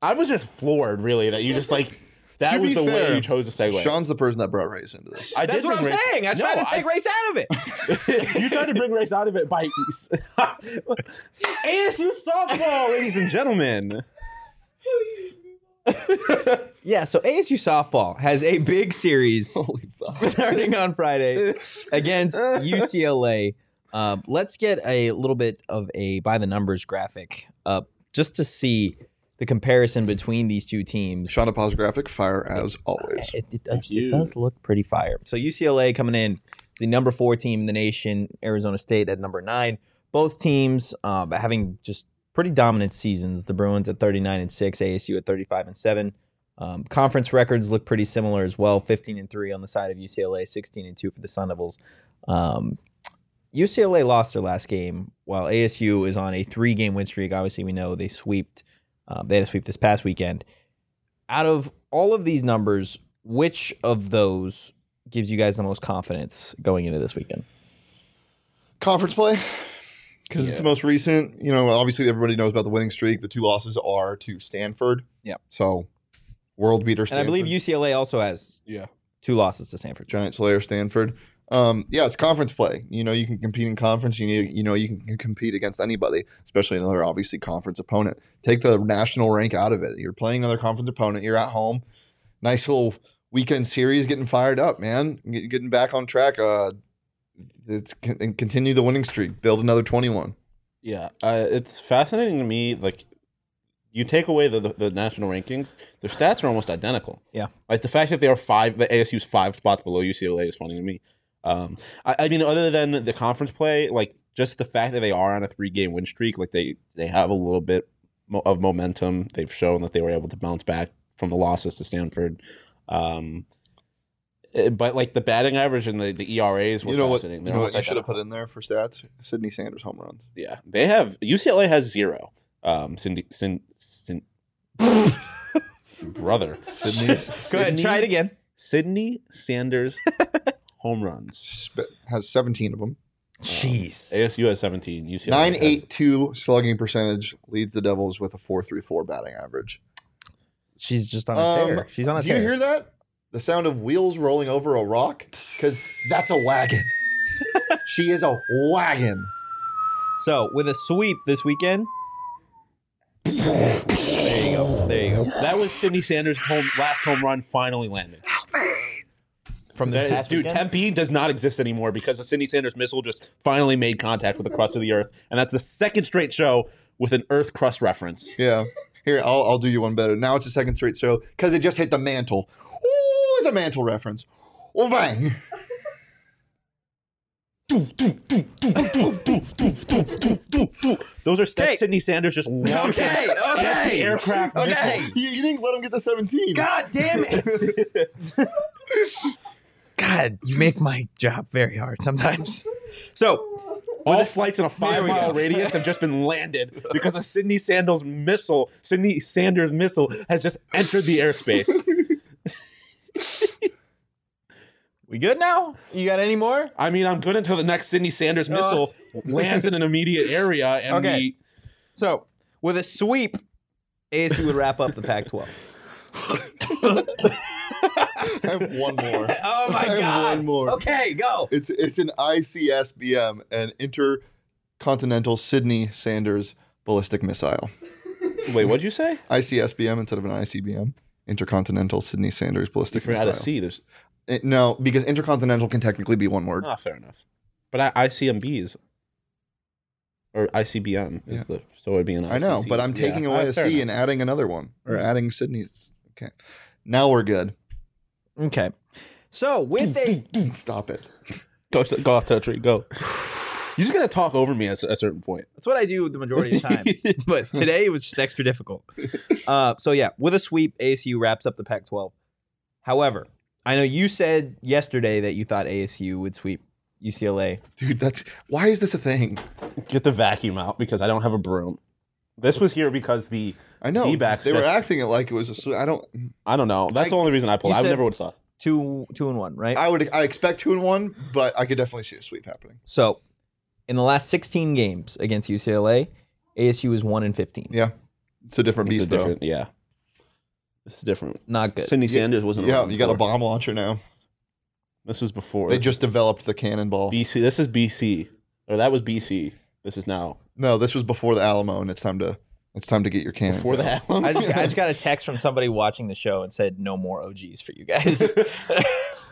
Speaker 3: I was just floored really that you just like That
Speaker 2: To
Speaker 3: was
Speaker 2: be
Speaker 3: the
Speaker 2: fair,
Speaker 3: way you chose to segue.
Speaker 2: Sean's the person that brought race into this.
Speaker 3: I
Speaker 1: That's
Speaker 3: did
Speaker 1: what I'm
Speaker 3: bring race-
Speaker 1: saying. I
Speaker 3: No,
Speaker 1: tried to take race out of it.
Speaker 3: you tried to bring race out of it by ASU softball, ladies and gentlemen.
Speaker 1: Yeah, so ASU softball has a big series
Speaker 2: Holy fuck.
Speaker 1: starting on Friday against UCLA. Um, let's get a little bit of a by the numbers graphic up just to see the comparison between these two teams.
Speaker 2: Sean Paul's graphic fire as always.
Speaker 1: It, it does.
Speaker 3: you.
Speaker 1: It does look pretty fire. So UCLA coming in, is the number four team in the nation. Arizona State at number nine. Both teams um, having just pretty dominant seasons. The Bruins at thirty nine and six. ASU at thirty five and seven. Um, conference records look pretty similar as well. Fifteen and three on the side of UCLA. Sixteen and two for the Sun Devils. Um, UCLA lost their last game, while ASU is on a three game win streak. Obviously, we know they sweeped. Um, they had a sweep this past weekend. Out of all of these numbers, which of those gives you guys the most confidence going into this weekend?
Speaker 2: Conference play. Because it's the most recent. You know, obviously everybody knows about the winning streak. The two losses are to Stanford.
Speaker 1: Yep.
Speaker 2: So world beater
Speaker 1: And I
Speaker 2: Stanford.
Speaker 1: believe UCLA also has
Speaker 3: Yeah.
Speaker 1: two losses to Stanford.
Speaker 2: Giant Slayer Stanford. Um, yeah, it's conference play. You know, you can compete in conference. You need, you know, you can compete against anybody, especially another obviously conference opponent. Take the national rank out of it. You're playing another conference opponent. You're at home. Nice little weekend series, getting fired up, man. Get- Getting back on track. Uh, it's con- and continue the winning streak. Build another 21.
Speaker 3: Yeah, uh, it's fascinating to me. Like, you take away the, the, the national rankings, their stats are almost identical.
Speaker 1: Yeah.
Speaker 3: like the fact that they are five, the ASU's five spots below UCLA is funny to me. Um, I, I mean, other than the conference play, like just the fact that they are on a three game win streak, like they they have a little bit mo- of momentum. They've shown that they were able to bounce back from the losses to Stanford. Um, eh, but like the batting average and the, the ERAs were
Speaker 2: You know what? You
Speaker 3: fascinating. They're
Speaker 2: know what
Speaker 3: almost
Speaker 2: I should have
Speaker 3: identical.
Speaker 2: put in there for stats. Sydney Sanders home runs.
Speaker 3: Yeah, they have UCLA has zero. Um, Cindy, Cin, Cin, brother,
Speaker 2: Sydney
Speaker 1: Go ahead, try it again.
Speaker 3: Sydney Sanders home runs.
Speaker 2: sp- has 17 of them.
Speaker 1: Jeez.
Speaker 3: ASU has seventeen. UCLA
Speaker 2: Nine
Speaker 3: has-
Speaker 2: eight two slugging percentage leads the Devils with a four three four batting average.
Speaker 1: She's just on a tear.
Speaker 2: Um,
Speaker 1: She's on a
Speaker 2: Do
Speaker 1: tear.
Speaker 2: you hear that? The sound of wheels rolling over a rock, because that's a wagon. she is a wagon.
Speaker 1: so, with a sweep this weekend. There you go. There you go.
Speaker 3: That was Sydney Sanders' home last home run. Finally landed.
Speaker 1: From this
Speaker 3: That-
Speaker 1: past
Speaker 3: dude,
Speaker 1: weekend?
Speaker 3: Tempe does not exist anymore because the Sydney Sanders missile just finally made contact with the crust of the earth, and that's the second straight show with an earth crust reference.
Speaker 2: Yeah. Here, I'll, I'll do you one better. Now it's a second straight show because it just hit the mantle. Ooh, the mantle reference. Oh, bang.
Speaker 3: Those are
Speaker 1: Okay.
Speaker 3: that's Sydney Sanders just launching
Speaker 1: Okay, okay.
Speaker 3: aircraft
Speaker 1: Okay.
Speaker 2: You, you didn't let him get the 17.
Speaker 1: God damn it. God, you make my job very hard sometimes. So,
Speaker 3: All flights in a five
Speaker 1: we go.
Speaker 3: mile radius have just been landed because a Sydney Sanders missile, Sydney Sanders missile, has just entered the airspace.
Speaker 1: we good now? You got any more?
Speaker 3: I mean, I'm good until the next Sydney Sanders missile lands in an immediate area, and
Speaker 1: Uh, Okay.
Speaker 3: we
Speaker 1: So, with a sweep, ASU would wrap up the Pac 12.
Speaker 2: I have one more.
Speaker 1: Oh my
Speaker 2: I have
Speaker 1: god.
Speaker 2: one more.
Speaker 1: Okay, go.
Speaker 2: It's it's an ICSBM, an intercontinental Sydney Sanders ballistic missile.
Speaker 3: wait. What'd you say?
Speaker 2: ICSBM instead of an ICBM. Intercontinental Sydney Sanders
Speaker 3: You
Speaker 2: ballistic
Speaker 3: forgot
Speaker 2: missile.
Speaker 3: to see. There's
Speaker 2: Uh, no, because intercontinental can technically be one word.
Speaker 3: ah, fair enough. But I, ICMBs or ICBM is the so it'd be an. ICC.
Speaker 2: I know, but I'm
Speaker 3: Yeah,
Speaker 2: taking
Speaker 3: ah,
Speaker 2: away a C
Speaker 3: fair enough.
Speaker 2: and adding another one, or
Speaker 3: Mhm.
Speaker 2: adding Sydney's. Okay, now we're good.
Speaker 1: Okay. So, with a
Speaker 2: Stop it.
Speaker 3: Go, go off to a tree. Go. You're just gonna talk over me at a certain point.
Speaker 1: That's what I do the majority of the time. but today it was just extra difficult. Uh, so yeah, with a sweep, ASU wraps up the Pac-12. However, I know you said yesterday that you thought ASU would sweep UCLA.
Speaker 2: Dude, that's why is this a thing?
Speaker 3: Get the vacuum out because I don't have a broom. This was here because the
Speaker 2: I know
Speaker 3: D-backs
Speaker 2: they were
Speaker 3: just-
Speaker 2: acting it like it was a. sl- I don't.
Speaker 3: I don't know. That's
Speaker 2: I-
Speaker 3: the only reason I pulled.
Speaker 1: You
Speaker 3: I
Speaker 1: said-
Speaker 3: never would have thought.
Speaker 1: Two, two and one, right?
Speaker 2: I would. I expect two and one, but I could definitely see a sweep happening.
Speaker 1: so, in the last 16 games against UCLA, ASU is one and 15.
Speaker 2: Yeah, it's a different
Speaker 3: It's a
Speaker 2: beast though.
Speaker 3: different- yeah. This is different.
Speaker 1: Not good.
Speaker 3: Sydney
Speaker 2: Yeah.
Speaker 3: Sanders wasn't.
Speaker 2: yeah,
Speaker 3: around
Speaker 2: you got a
Speaker 3: before.
Speaker 2: bomb launcher now.
Speaker 3: This is before.
Speaker 2: They
Speaker 3: This-
Speaker 2: just developed the cannonball.
Speaker 3: BC. This is BC, or that was BC. This is now
Speaker 2: No, this was before the Alamo, and it's time to it's time to get your cannons.
Speaker 3: before
Speaker 2: out.
Speaker 3: that.
Speaker 1: I just, I just got a text from somebody watching the show and said, "No more OGs for you guys."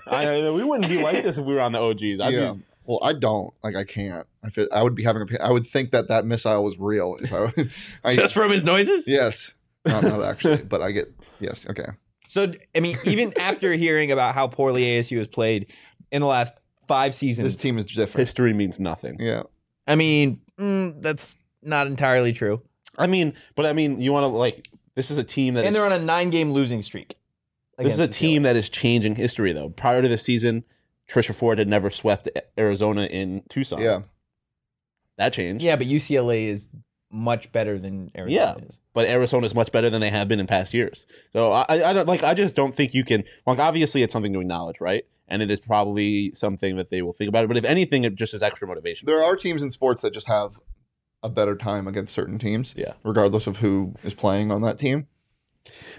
Speaker 3: I know, we wouldn't be like this if we were on the OGs. I'd
Speaker 2: yeah.
Speaker 3: be,
Speaker 2: Well, I don't. Like, I can't. I feel I would be having a. pa- I would think that that missile was real. If I, I
Speaker 1: Just from his noises.
Speaker 2: yes, not, not actually, but I get yes. Okay,
Speaker 1: So I mean, even after hearing about how poorly ASU has played in the last five seasons,
Speaker 2: this team is different.
Speaker 3: history means nothing.
Speaker 2: Yeah,
Speaker 1: I mean, mm, that's not entirely true.
Speaker 3: I mean, but I mean, you want to like this is a team that
Speaker 1: and
Speaker 3: is-
Speaker 1: they're on a nine-game losing streak.
Speaker 3: this is a
Speaker 1: against the
Speaker 3: team
Speaker 1: Steelers.
Speaker 3: that is changing history though. Prior to this season, Trisha Ford had never swept Arizona in Tucson.
Speaker 2: yeah.
Speaker 3: that changed.
Speaker 1: Yeah, but UCLA is much better than Arizona
Speaker 3: Yeah.
Speaker 1: is.
Speaker 3: but Arizona is much better than they have been in past years. So I, I I don't like. I just don't think you can. Like, obviously, it's something to acknowledge, right? And it is probably something that they will think about. But if anything, it just is extra motivation.
Speaker 2: There are teams in sports that just have a better time against certain teams.
Speaker 3: Yeah.
Speaker 2: regardless of who is playing on that team.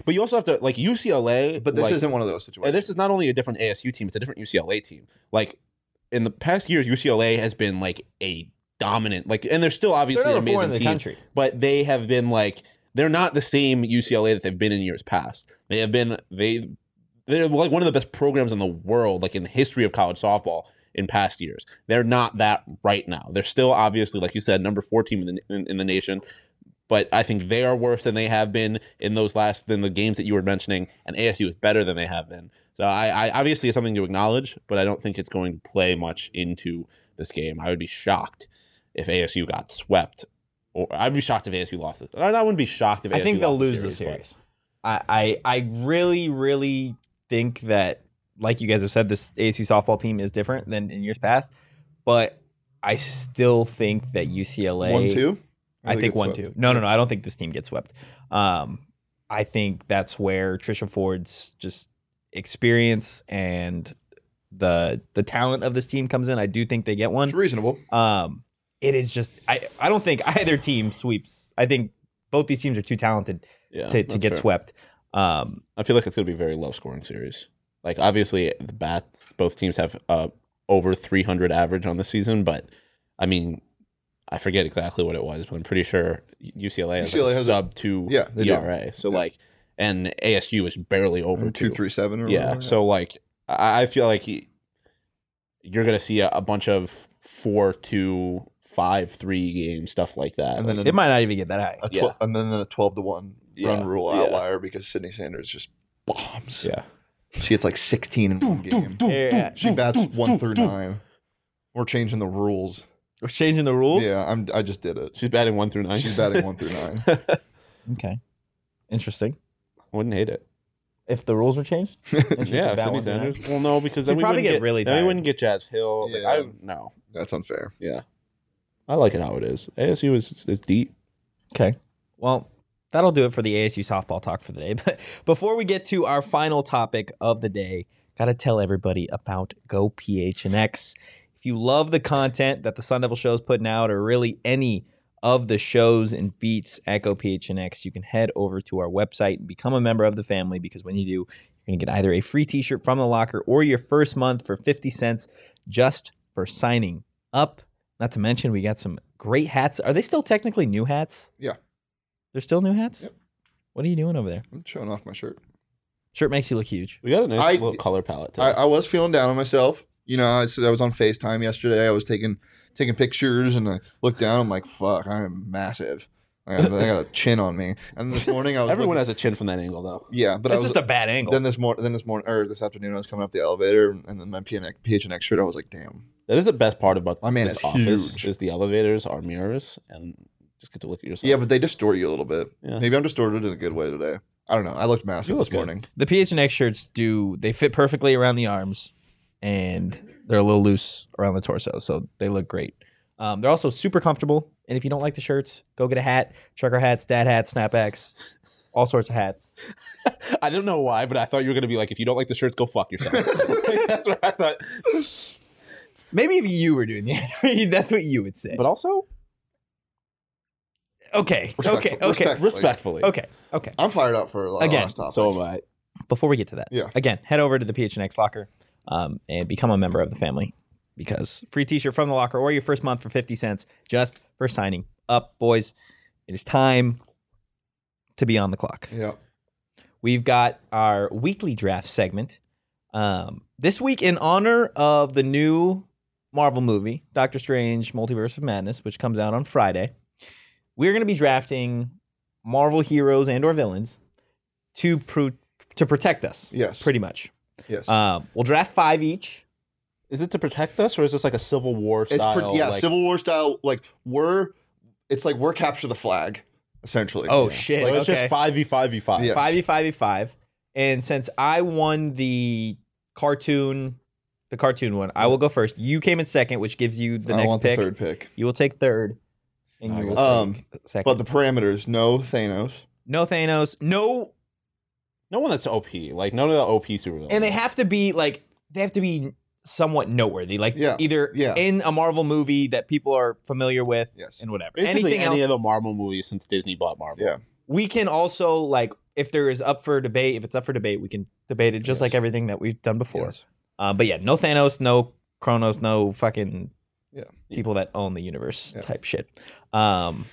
Speaker 3: But you also have to like UCLA.
Speaker 2: But this
Speaker 3: like,
Speaker 2: isn't one of those
Speaker 3: and
Speaker 2: situations.
Speaker 3: this is not only a different ASU team; it's a different UCLA team. Like in the past years, UCLA has been like a dominant. Like, and they're still obviously
Speaker 1: They're
Speaker 3: an
Speaker 1: number four
Speaker 3: amazing
Speaker 1: in the
Speaker 3: team.
Speaker 1: country.
Speaker 3: but they have been like they're not the same UCLA that they've been in years past. They have been they they're like one of the best programs in the world, like in the history of college softball in past years. They're not that right now. They're still obviously, like you said, number four team in the in, in the nation. But I think they are worse than they have been in those last than the games that you were mentioning, and ASU is better than they have been. So I, I obviously it's something to acknowledge, but I don't think it's going to play much into this game. I would be shocked if ASU got swept, or I'd be shocked if ASU lost this. I I wouldn't be shocked if ASU
Speaker 1: I think they'll
Speaker 3: lost
Speaker 1: lose the series. I, I I really really think that like you guys have said, this ASU softball team is different than in years past, but I still think that UCLA
Speaker 2: one two. Or
Speaker 1: I
Speaker 2: they
Speaker 1: think
Speaker 2: get
Speaker 1: one two.
Speaker 2: swept?
Speaker 1: No, no, no. I don't think this team gets swept. Um, I think that's where Trisha Ford's just experience and the the talent of this team comes in. I do think they get one.
Speaker 2: It's reasonable.
Speaker 1: Um, it is just I I don't think either team sweeps. I think both these teams are too talented
Speaker 3: Yeah,
Speaker 1: to, to
Speaker 3: that's
Speaker 1: get
Speaker 3: fair.
Speaker 1: swept. Um,
Speaker 3: I feel like it's going to be a very low scoring series. Like obviously the bats, both teams have uh, over 300 average on the season, but I mean, I forget exactly what it was, but I'm pretty sure UCLA has,
Speaker 2: UCLA
Speaker 3: like a
Speaker 2: has a-
Speaker 3: sub two
Speaker 2: Yeah, they do.
Speaker 3: ERA. So
Speaker 2: Yeah.
Speaker 3: like, and ASU is barely over
Speaker 2: Two
Speaker 3: two,
Speaker 2: three seven. Or
Speaker 3: Yeah.
Speaker 2: whatever.
Speaker 3: So like, I I feel like y- you're going to see a, a bunch of four, two, five, three game stuff like that.
Speaker 2: and then
Speaker 1: it
Speaker 2: an-
Speaker 1: might not even get that high.
Speaker 2: a tw-
Speaker 3: Yeah.
Speaker 2: and then a 12 to 1
Speaker 3: Yeah,
Speaker 2: run rule
Speaker 3: yeah.
Speaker 2: outlier because Sydney Sanders just bombs.
Speaker 3: yeah.
Speaker 2: She gets like 16 in one game.
Speaker 1: Yeah.
Speaker 2: She bats 1 through 9. We're changing the rules.
Speaker 1: We're changing the rules.
Speaker 2: Yeah, I'm I just did it.
Speaker 3: She's batting one through nine.
Speaker 2: She's batting 1 through 9.
Speaker 1: Okay. Interesting.
Speaker 3: Wouldn't hate it.
Speaker 1: If the rules were changed, and she
Speaker 3: Yeah,
Speaker 1: could bat
Speaker 3: Sidney
Speaker 1: one through nine.
Speaker 3: Sanders. Well, no, because then
Speaker 1: She'd
Speaker 3: we
Speaker 1: probably
Speaker 3: wouldn't
Speaker 1: get
Speaker 3: get,
Speaker 1: really
Speaker 3: then
Speaker 1: tired.
Speaker 3: we wouldn't get Jazz Hill. Like,
Speaker 2: Yeah.
Speaker 3: I no,
Speaker 2: That's unfair.
Speaker 3: yeah, I like it how it is. ASU is is deep.
Speaker 1: Okay. Well, that'll do it for the ASU softball talk for the day. But before we get to our final topic of the day, got to tell everybody about Go PHNX. If you love the content that the Sun Devil show's putting out, or really any of the shows and beats at Go PHNX, you can head over to our website and become a member of the family because when you do, you're going to get either a free t shirt from the locker or your first month for 50 cents just for signing up. Not to mention, we got some great hats. Are they still technically new hats?
Speaker 2: Yeah.
Speaker 1: They're still new hats?
Speaker 2: Yep.
Speaker 1: What are you doing over there?
Speaker 2: I'm showing off my shirt.
Speaker 1: Shirt makes you look huge.
Speaker 3: We got a nice
Speaker 2: I-
Speaker 3: little color palette. Today.
Speaker 2: I, I was feeling down on myself. You know, I, so I was on FaceTime yesterday. I was taking taking pictures and I looked down. I'm like, fuck, I am massive. I got, I got a chin on me. And this morning I was.
Speaker 3: Everyone
Speaker 2: looking-
Speaker 3: has a chin from that angle, though.
Speaker 2: Yeah, but I
Speaker 1: That's
Speaker 2: was,
Speaker 1: just a bad angle.
Speaker 2: Then this morning, then this morning, or this afternoon, I was coming up the elevator, and then my PNX, PHNX shirt. I was like, "Damn,
Speaker 3: That is the best part about
Speaker 2: My man
Speaker 3: this
Speaker 2: is
Speaker 3: office
Speaker 2: huge.
Speaker 3: is the elevators are mirrors and just get to look at yourself.
Speaker 2: yeah." But they distort you a little bit.
Speaker 3: Yeah.
Speaker 2: Maybe I'm distorted in a good way today. I don't know. I looked massive
Speaker 3: You look
Speaker 2: this
Speaker 3: good.
Speaker 2: morning.
Speaker 1: the PHNX shirts do, they fit perfectly around the arms and they're a little loose around the torso. So they look great. Um, they're also super comfortable. And if you don't like the shirts, go get a hat, trucker hats, dad hats, snapbacks, all sorts of hats.
Speaker 3: I don't know why, but I thought you were gonna be like, if you don't like the shirts, go fuck yourself. That's what I thought.
Speaker 1: Maybe if you were doing the ad read, that's what you would say.
Speaker 3: But also,
Speaker 1: Okay. Okay.
Speaker 2: Respectful-
Speaker 1: Okay.
Speaker 2: respectfully.
Speaker 3: Respectfully.
Speaker 1: Okay. Okay.
Speaker 2: I'm fired up for a
Speaker 1: Again,
Speaker 2: last topic.
Speaker 3: So am I.
Speaker 1: Before we get to that,
Speaker 2: Yeah.
Speaker 1: again, head over to the PHNX Locker um, and become a member of the family because free t shirt from the locker or your first month for 50 cents just for signing up, boys. It is time to be on the clock.
Speaker 2: yeah.
Speaker 1: We've got our weekly draft segment. Um, this week, in honor of the new Marvel movie, Doctor Strange Multiverse of Madness, which comes out on Friday, we're going to be drafting Marvel heroes and or villains to pro- to protect us.
Speaker 2: Yes.
Speaker 1: Pretty much.
Speaker 2: Yes.
Speaker 1: Um, we'll draft five each.
Speaker 3: Is it to protect us, or is this like a Civil War
Speaker 2: it's
Speaker 3: style?
Speaker 2: pretty, yeah,
Speaker 3: like-
Speaker 2: Civil War style. Like we're, it's like we're capture the flag, essentially.
Speaker 1: Oh, shit.
Speaker 3: So it's
Speaker 1: Okay.
Speaker 3: just five v five v five.
Speaker 2: Yeah.
Speaker 1: Five e five e five. And since I won the cartoon, the cartoon one, I will go first. You came in second, which gives you the
Speaker 2: I
Speaker 1: next
Speaker 2: want
Speaker 1: pick.
Speaker 2: the third pick.
Speaker 1: You will take third, and
Speaker 3: I
Speaker 1: you
Speaker 3: got
Speaker 1: will
Speaker 2: Um,
Speaker 1: take second.
Speaker 2: But the parameters: no Thanos.
Speaker 1: no Thanos, no,
Speaker 3: No one that's OP. Like none of the OP supervillains.
Speaker 1: and they have to be like they have to be somewhat noteworthy, like
Speaker 2: Yeah,
Speaker 1: either
Speaker 2: yeah.
Speaker 1: in a Marvel movie that people are familiar with,
Speaker 2: Yes.
Speaker 1: and whatever.
Speaker 3: basically
Speaker 1: Anything
Speaker 3: any
Speaker 1: else,
Speaker 3: of the Marvel movies since Disney bought Marvel.
Speaker 2: Yeah.
Speaker 1: we can also like if there is up for debate, if it's up for debate, we can debate it just
Speaker 2: Yes.
Speaker 1: like everything that we've done before.
Speaker 2: Yes.
Speaker 1: Uh, but yeah, no Thanos, no Kronos, no fucking
Speaker 2: Yeah.
Speaker 1: people that own the universe
Speaker 2: Yeah.
Speaker 1: type shit. Um, an-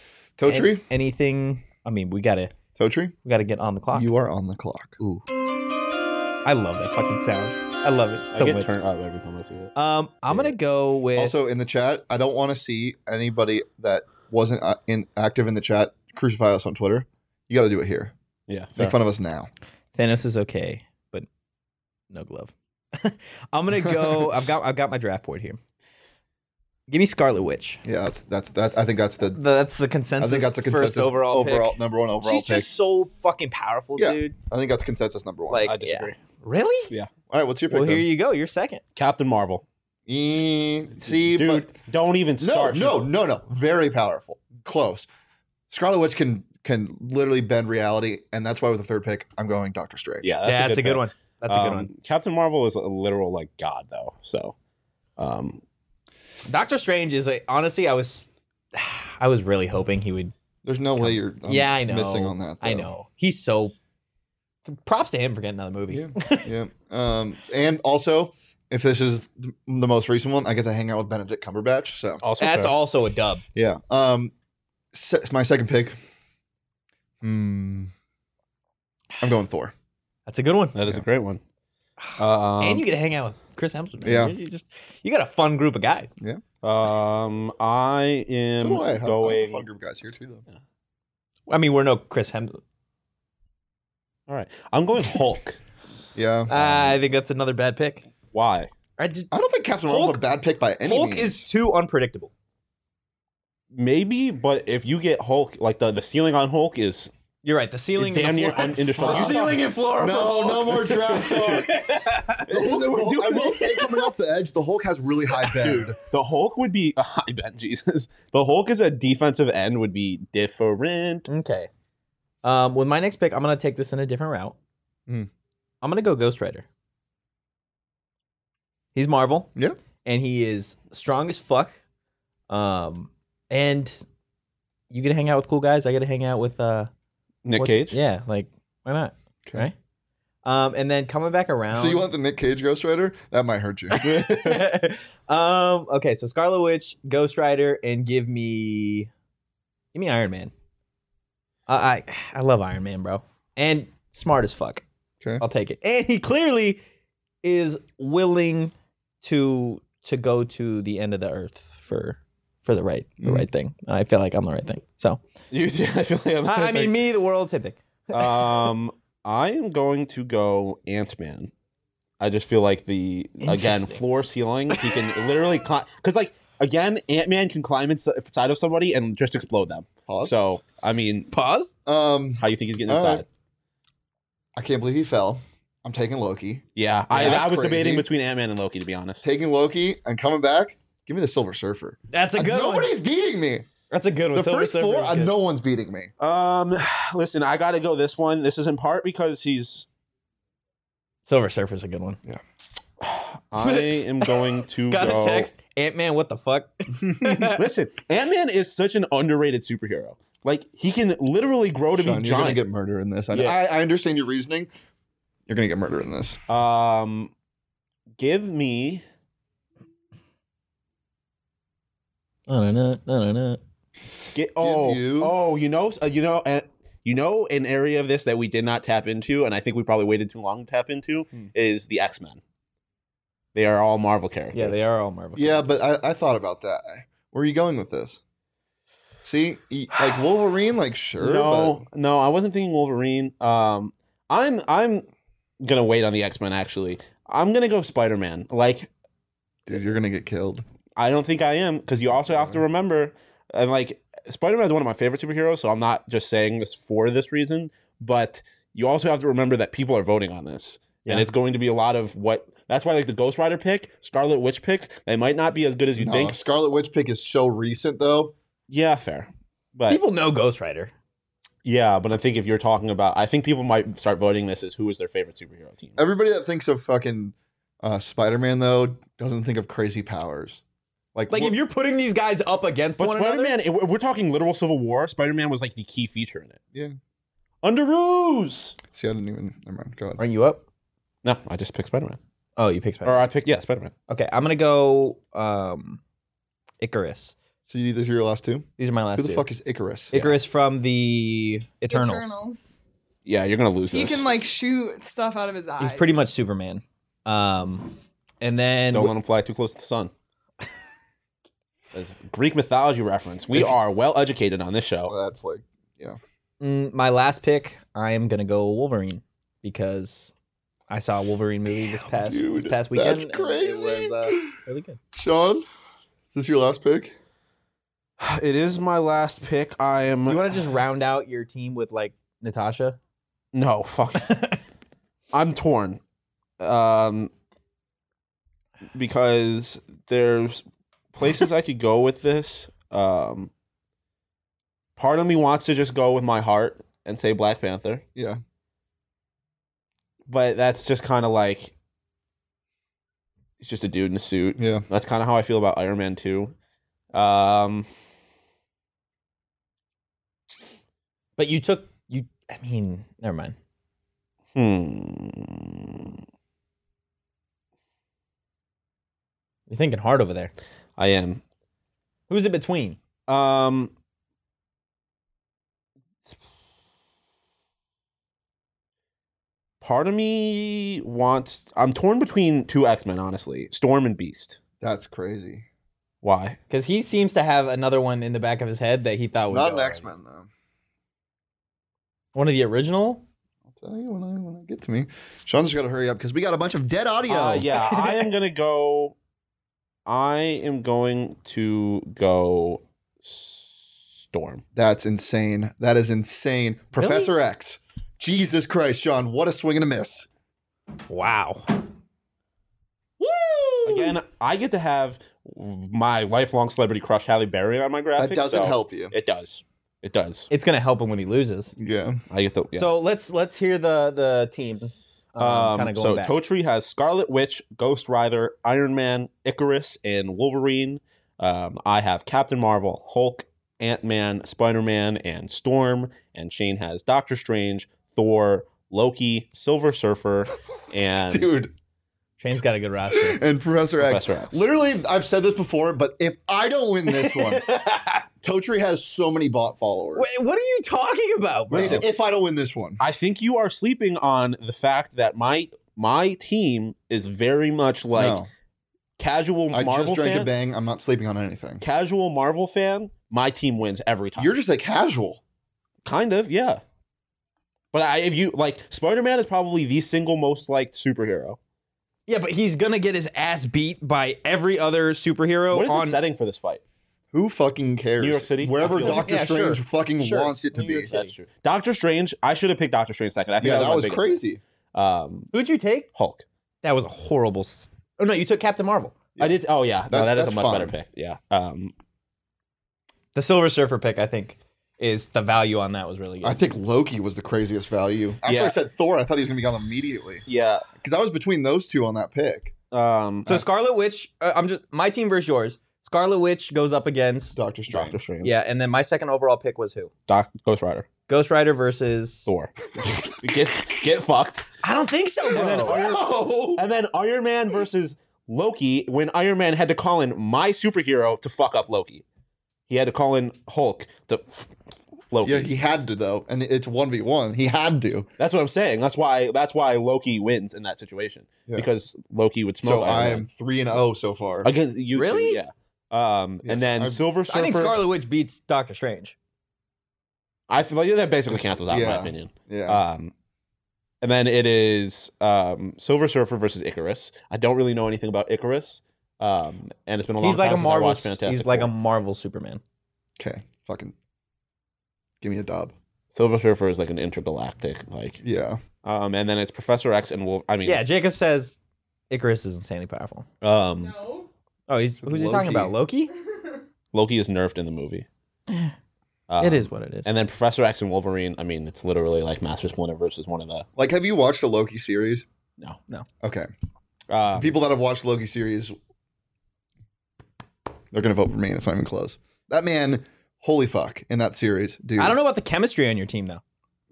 Speaker 2: Totri,
Speaker 1: anything? I mean, we gotta
Speaker 2: Totri,
Speaker 1: we gotta get on the clock.
Speaker 2: you are on the clock.
Speaker 1: Ooh. I love that fucking sound. I love it
Speaker 3: I
Speaker 1: so
Speaker 3: get
Speaker 1: much.
Speaker 3: turned up every time I see it.
Speaker 1: Um, I'm gonna go with
Speaker 2: Also in the chat, I don't want to see anybody that wasn't uh, in, active in the chat crucify us on Twitter. You got to do it here.
Speaker 3: Yeah.
Speaker 2: Make
Speaker 3: fair.
Speaker 2: fun of us now.
Speaker 1: Thanos is okay, but no glove. I'm gonna go. I've got I've got my draft board here. Give me Scarlet Witch.
Speaker 2: Yeah, that's that's that. I think that's the.
Speaker 1: That's the consensus.
Speaker 2: I think that's a consensus
Speaker 1: first overall, pick.
Speaker 2: number one overall
Speaker 1: She's
Speaker 2: pick.
Speaker 1: just so fucking powerful,
Speaker 2: Yeah.
Speaker 1: dude.
Speaker 2: I think that's consensus number one.
Speaker 1: Like,
Speaker 3: I disagree.
Speaker 1: yeah. really?
Speaker 2: All right, what's your pick?
Speaker 1: Well, here
Speaker 2: then?
Speaker 1: you go. You're second.
Speaker 3: Captain Marvel.
Speaker 2: Eh, see,
Speaker 3: Dude,
Speaker 2: but
Speaker 3: don't even
Speaker 2: no,
Speaker 3: start.
Speaker 2: no, no, no. Very powerful. Close. Scarlet Witch can can literally bend reality, and that's why with the third pick, I'm going Doctor Strange.
Speaker 3: Yeah,
Speaker 1: That's, a good,
Speaker 3: pick.
Speaker 1: one. That's a good
Speaker 3: Um,
Speaker 1: one.
Speaker 3: Captain Marvel is a literal like god though. So, um,
Speaker 1: Doctor Strange is like honestly, I was, I was really hoping he would
Speaker 2: There's no way you're I'm
Speaker 1: yeah, I know.
Speaker 2: missing on that.
Speaker 1: I
Speaker 2: though.
Speaker 1: know. He's so. Props to him for getting another movie.
Speaker 2: Yeah, yeah. Um, and also, if this is th- the most recent one, I get to hang out with Benedict Cumberbatch. So
Speaker 3: also
Speaker 1: That's
Speaker 3: fair.
Speaker 1: also a dub.
Speaker 2: yeah. Um, se- my second pick. Hmm. I'm going Thor.
Speaker 1: That's a good one.
Speaker 3: That is a great one. Um,
Speaker 1: and you get to hang out with Chris Hemsworth. man.
Speaker 2: yeah.
Speaker 1: You just you got a fun group of guys.
Speaker 3: um, I
Speaker 2: So
Speaker 3: am
Speaker 2: do I. I- I'm a
Speaker 3: going.
Speaker 2: fun group of guys here too, though.
Speaker 1: I mean, we're no Chris Hemsworth.
Speaker 3: all right, I'm going Hulk.
Speaker 2: Yeah.
Speaker 1: I think that's another bad pick.
Speaker 3: Why?
Speaker 1: I just
Speaker 2: I don't think Captain Marvel's a
Speaker 1: Hulk-
Speaker 2: bad pick by any
Speaker 1: Hulk
Speaker 2: means.
Speaker 1: is too unpredictable.
Speaker 3: Maybe, but if you get Hulk, like the the ceiling on Hulk is
Speaker 1: You're right. The ceiling.
Speaker 3: Damn
Speaker 1: and the
Speaker 3: near
Speaker 1: floor-
Speaker 3: un- indestructible.
Speaker 1: The
Speaker 3: You saw-
Speaker 1: ceiling and floor. for
Speaker 2: No,
Speaker 1: Hulk.
Speaker 2: no more draft talk. The Hulk- I will say, coming off the edge, the Hulk has really high bend.
Speaker 3: the Hulk would be a high bend. Jesus, the Hulk as a defensive end would be different.
Speaker 1: Okay. Um, with my next pick, I'm gonna take this in a different route.
Speaker 2: Hmm.
Speaker 1: I'm gonna go Ghost Rider. He's Marvel.
Speaker 2: Yeah.
Speaker 1: And he is strong as fuck. Um, and you get to hang out with cool guys. I get to hang out with uh,
Speaker 3: Nick
Speaker 1: what's-
Speaker 3: Cage.
Speaker 1: Yeah, like why not?
Speaker 2: Okay.
Speaker 1: Right. Um, and then coming back around.
Speaker 2: So you want the Nick Cage Ghost Rider? That might hurt you.
Speaker 1: um. Okay. So Scarlet Witch, Ghost Rider, and give me, give me Iron Man. I I, I love Iron Man, bro, and smart as fuck.
Speaker 2: Okay.
Speaker 1: I'll take it. And he clearly is willing to to go to the end of the earth for for the right the
Speaker 2: Mhm.
Speaker 1: right thing. And I feel like I'm the right thing. So
Speaker 3: You- I, feel like I'm-
Speaker 1: I, I mean, me, the world, same thing.
Speaker 3: um, I am going to go Ant Man. I just feel like the again
Speaker 1: Interesting.
Speaker 3: floor ceiling. He can literally climb because like again, Ant Man can climb ins- inside of somebody and just explode them.
Speaker 2: Pause.
Speaker 3: So I mean,
Speaker 1: Pause.
Speaker 2: um,
Speaker 3: how you think he's getting
Speaker 2: All right.
Speaker 3: inside?
Speaker 2: I can't believe he fell. I'm taking Loki.
Speaker 3: Yeah, I,
Speaker 2: that's
Speaker 3: I was debating
Speaker 2: crazy.
Speaker 3: between Ant Man and Loki to be honest.
Speaker 2: Taking Loki and coming back. Give me the Silver Surfer.
Speaker 1: That's a
Speaker 2: Uh,
Speaker 1: good
Speaker 2: Nobody's
Speaker 1: one.
Speaker 2: beating me.
Speaker 1: That's a good one.
Speaker 2: The
Speaker 1: Silver
Speaker 2: first
Speaker 1: Surfer
Speaker 2: four,
Speaker 1: is
Speaker 2: uh,
Speaker 1: good.
Speaker 2: no one's beating me.
Speaker 3: Um, listen, I got to go this one. This is in part because he's.
Speaker 1: Silver Surfer's a good one.
Speaker 3: I am going to
Speaker 1: Got
Speaker 3: go.
Speaker 1: a text. Ant Man, what the fuck?
Speaker 3: Listen, Ant Man is such an underrated superhero. Like he can literally grow Oh, to
Speaker 2: Sean,
Speaker 3: be
Speaker 2: you're gonna
Speaker 3: giant.
Speaker 2: get murder in this. I,
Speaker 3: Yeah.
Speaker 2: I, I understand your reasoning. You're gonna get murder in this.
Speaker 3: um, give me
Speaker 5: Na-na-na, na-na-na.
Speaker 3: Get, oh,
Speaker 2: you-
Speaker 3: oh, you know, uh, you know, uh, you know, an area of this that we did not tap into, and I think we probably waited too long to tap into,
Speaker 2: Hmm.
Speaker 3: is the X Men. They are all Marvel characters.
Speaker 5: Yeah, they are all Marvel.
Speaker 2: Yeah,
Speaker 5: characters.
Speaker 2: but I, I thought about that. Where are you going with this? See, y- like Wolverine, like sure,
Speaker 3: no, no, I wasn't thinking Wolverine. Um, I'm, I'm gonna wait on the X Men. Actually, I'm gonna go Spider Man. Like,
Speaker 2: but dude, you're gonna get killed.
Speaker 3: I don't think I am because you also have to remember, and like Spider Man is one of my favorite superheroes, so I'm not just saying this for this reason, but you also have to remember that people are voting on this, and
Speaker 5: Yeah.
Speaker 3: it's going to be a lot of what. That's why like the Ghost Rider pick, Scarlet Witch picks, they might not be as good as you
Speaker 2: No,
Speaker 3: think.
Speaker 2: Scarlet Witch pick is so recent though.
Speaker 3: Yeah, fair, but
Speaker 1: People know Ghost Rider.
Speaker 3: yeah, but I think if you're talking about, I think people might start voting this as who is their favorite superhero team.
Speaker 2: Everybody that thinks of fucking uh, Spider-Man though doesn't think of crazy powers. Like,
Speaker 1: Like
Speaker 2: wh-
Speaker 1: if you're putting these guys up against
Speaker 3: But
Speaker 1: one
Speaker 3: Spider
Speaker 1: another,
Speaker 3: Man, we're talking literal Civil War. Spider Man was like the key feature in it.
Speaker 2: Yeah.
Speaker 3: Under ruse.
Speaker 2: see, I didn't even. Never mind. Go ahead.
Speaker 1: aren't you up?
Speaker 3: No, I just picked Spider Man.
Speaker 1: Oh, you picked Spider.
Speaker 3: Or
Speaker 1: man
Speaker 3: I picked yeah, Spider Man.
Speaker 1: Okay, I'm gonna go um, Icarus.
Speaker 2: So you these are your last two.
Speaker 1: These are my last
Speaker 2: Who the
Speaker 1: two.
Speaker 2: fuck is Icarus?
Speaker 1: Icarus from the Eternals.
Speaker 4: Eternals.
Speaker 3: Yeah, you're gonna lose
Speaker 4: He
Speaker 3: this.
Speaker 4: can like shoot stuff out of his eyes.
Speaker 1: He's pretty much Superman. Um, and then
Speaker 3: Don't let him fly too close to the sun. That's a Greek mythology reference. We
Speaker 2: If-
Speaker 3: are well educated on this show.
Speaker 2: Well, that's like
Speaker 1: Mm, my last pick, I am gonna go Wolverine because I saw a Wolverine movie this past
Speaker 2: dude,
Speaker 1: this past weekend.
Speaker 2: that's
Speaker 1: and
Speaker 2: crazy.
Speaker 1: It was uh, really good.
Speaker 2: Sean, is this your last pick?
Speaker 3: It is my last pick. I am
Speaker 1: You want to just round out your team with like Natasha?
Speaker 3: no fuck. I'm torn, um, because there's places I could go with this. Um, part of me wants to just go with my heart and say Black Panther.
Speaker 2: Yeah.
Speaker 3: but that's just kind of like it's just a dude in a suit.
Speaker 2: Yeah.
Speaker 3: That's kind of how I feel about Iron Man 2. Um,
Speaker 1: But you took you. I mean, never mind.
Speaker 3: hmm.
Speaker 1: You're thinking hard over there.
Speaker 3: I am.
Speaker 1: Who's it between?
Speaker 3: Um, part of me wants. I'm torn between two X Men, honestly Storm and Beast.
Speaker 2: That's crazy.
Speaker 3: Why?
Speaker 1: Because he seems to have another one in the back of his head that he thought would
Speaker 2: Not
Speaker 1: go
Speaker 2: an
Speaker 1: already.
Speaker 2: X Men though.
Speaker 1: One of the original.
Speaker 2: I'll tell you when I when I get to me. Sean's just gotta hurry up because we got a bunch of dead audio.
Speaker 3: Uh, yeah, I am gonna go. I am going to go Storm.
Speaker 2: That's insane. That is insane. Professor X. Jesus Christ, Sean, what a swing and a miss.
Speaker 1: Wow.
Speaker 3: Again, I get to have my lifelong celebrity crush Halle Berry on my graphic.
Speaker 2: that doesn't
Speaker 3: so
Speaker 2: help you.
Speaker 3: It does. It does.
Speaker 1: It's gonna help him when he loses.
Speaker 2: Yeah.
Speaker 3: I get the yeah.
Speaker 1: So let's let's hear the the teams. Um, kind
Speaker 3: Um,
Speaker 1: of going
Speaker 3: so
Speaker 1: back.
Speaker 3: Totri has Scarlet Witch, Ghost Rider, Iron Man, Icarus, and Wolverine. Um, I have Captain Marvel, Hulk, Ant Man, Spider Man, and Storm. And Shane has Doctor Strange, Thor, Loki, Silver Surfer, and
Speaker 2: Dude.
Speaker 1: Shane's got a good roster.
Speaker 2: And Professor,
Speaker 3: Professor
Speaker 2: X.
Speaker 3: X.
Speaker 2: Literally, I've said this before, but if I don't win this one, Totri has so many bot followers.
Speaker 1: what are you talking about,
Speaker 2: if, if I don't win this one.
Speaker 3: I think you are sleeping on the fact that my my team is very much like
Speaker 2: no,
Speaker 3: casual
Speaker 2: I
Speaker 3: Marvel
Speaker 2: just drank
Speaker 3: fan.
Speaker 2: a bang. I'm not sleeping on anything.
Speaker 3: Casual Marvel fan, my team wins every time.
Speaker 2: You're just a casual.
Speaker 3: Kind of, yeah. But I, if you like, Spider Man is probably the single most liked superhero.
Speaker 1: Yeah, but he's gonna get his ass beat by every other superhero
Speaker 3: what is
Speaker 1: on
Speaker 3: the setting for this fight?
Speaker 2: Who fucking cares?
Speaker 3: New York City?
Speaker 2: Wherever
Speaker 3: I feel-
Speaker 2: Doctor
Speaker 1: Yeah, sure.
Speaker 2: Strange fucking
Speaker 1: Sure.
Speaker 2: wants it to be.
Speaker 3: That's true. Doctor Strange. I should have picked Doctor Strange second. I think
Speaker 2: Yeah, that
Speaker 3: my
Speaker 2: was
Speaker 3: biggest
Speaker 2: crazy.
Speaker 3: miss. Um,
Speaker 1: Who'd you take?
Speaker 3: Hulk.
Speaker 1: That was a horrible. S- oh no, you took Captain Marvel.
Speaker 2: Yeah.
Speaker 3: I did. Oh yeah,
Speaker 2: That-
Speaker 3: no, that is
Speaker 2: that's
Speaker 3: a much better
Speaker 2: fine.
Speaker 3: pick. Yeah. Um,
Speaker 1: The Silver Surfer pick, I think, is the value on that was really good.
Speaker 2: I think Loki was the craziest value. After
Speaker 3: Yeah.
Speaker 2: I said Thor, I thought he was gonna be gone immediately
Speaker 3: yeah.
Speaker 2: because I was between those two on that pick.
Speaker 3: Um,
Speaker 1: Uh, so. Scarlet Witch. Uh, I'm just my team versus yours. Scarlet Witch goes up against.
Speaker 2: Doctor Strange.
Speaker 3: Doctor Strange.
Speaker 1: Yeah, and then my second overall pick was who?
Speaker 3: Doc Ghost Rider.
Speaker 1: Ghost Rider versus.
Speaker 3: Thor. get get fucked.
Speaker 1: I don't think so,
Speaker 3: And then,
Speaker 1: bro.
Speaker 3: Iron, and then Iron Man versus Loki, when Iron Man had to call in my superhero to fuck up Loki. He had to call in Hulk to f- Loki.
Speaker 2: Yeah, he had to though, and it's one v one. He had to.
Speaker 3: that's what I'm saying. That's why that's why Loki wins in that situation.
Speaker 2: Yeah.
Speaker 3: Because Loki would smoke
Speaker 2: so I
Speaker 3: Iron
Speaker 2: am
Speaker 3: Man.
Speaker 2: three and zero so far.
Speaker 3: against you two,
Speaker 1: Really?
Speaker 3: yeah. Um,
Speaker 2: Yes,
Speaker 3: and then
Speaker 2: I-
Speaker 3: Silver Surfer.
Speaker 1: I think Scarlet Witch beats Doctor Strange.
Speaker 3: I feel like that basically cancels out, in my
Speaker 2: Yeah.
Speaker 3: opinion.
Speaker 2: yeah,
Speaker 3: Um, and then it is um, Silver Surfer versus Icarus. I don't really know anything about Icarus, um, and it's been a long
Speaker 1: He's like
Speaker 3: time
Speaker 1: a
Speaker 3: since I
Speaker 1: Marvel.
Speaker 3: watched Fantastic
Speaker 1: He's like a
Speaker 3: Four.
Speaker 1: Marvel Superman.
Speaker 2: okay, fucking give me a dub.
Speaker 3: Silver Surfer is like an intergalactic like,
Speaker 2: Yeah,
Speaker 3: um, and then it's Professor X and Wolf. I mean,
Speaker 1: Yeah, Jacob says Icarus is insanely powerful.
Speaker 3: um,
Speaker 6: No.
Speaker 1: Oh, he's
Speaker 2: With
Speaker 1: who's he talking
Speaker 2: Loki.
Speaker 1: about? Loki.
Speaker 3: Loki is nerfed in the movie. Um,
Speaker 1: it is what it is.
Speaker 3: And then Professor X and Wolverine. I mean, it's literally like Master Splinter versus one of the
Speaker 2: like have you watched the Loki series?
Speaker 3: no
Speaker 2: Okay,
Speaker 3: uh,
Speaker 2: the people that have watched Loki series, they're gonna vote for me, and it's not even close. That man, holy fuck, in that series, dude.
Speaker 1: I don't know about the chemistry on your team though.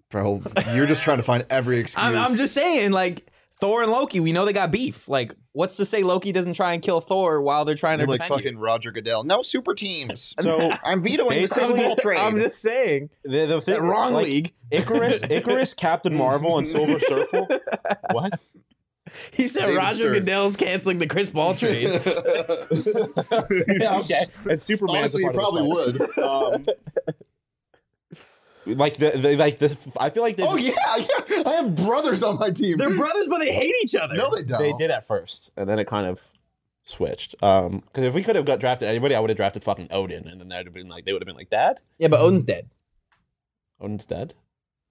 Speaker 2: bro. You're just trying to find every excuse.
Speaker 1: I'm, I'm just saying, like Thor and Loki, we know they got beef. Like, what's to say Loki doesn't try and kill Thor while they're trying
Speaker 2: You're
Speaker 1: to
Speaker 2: like
Speaker 1: defend
Speaker 2: fucking Roger Goodell. No super teams.
Speaker 3: So,
Speaker 2: I'm vetoing the six
Speaker 3: basically-
Speaker 2: ball
Speaker 1: you?
Speaker 2: trade.
Speaker 1: I'm just saying,
Speaker 3: the, the thing
Speaker 1: that wrong
Speaker 3: like,
Speaker 1: league.
Speaker 3: Icarus, Icarus, Captain Marvel, and Silver Surfer. What?
Speaker 1: He said
Speaker 2: David
Speaker 1: Roger
Speaker 2: Stern.
Speaker 1: Goodell's canceling the Chris Ball trade.
Speaker 3: yeah, okay. And Superman.
Speaker 2: Honestly, you probably would.
Speaker 3: would. Like the, the like the. I feel like they.
Speaker 2: oh yeah, yeah. I have brothers on my team.
Speaker 1: They're brothers, but they hate each other.
Speaker 2: no, they don't.
Speaker 3: They did at first, and then it kind of switched. Um, because if we could have got drafted anybody, I would have drafted fucking Odin, and then that'd have been like they would have been like, Dad,
Speaker 1: Yeah, but Odin's dead.
Speaker 3: Odin's dead.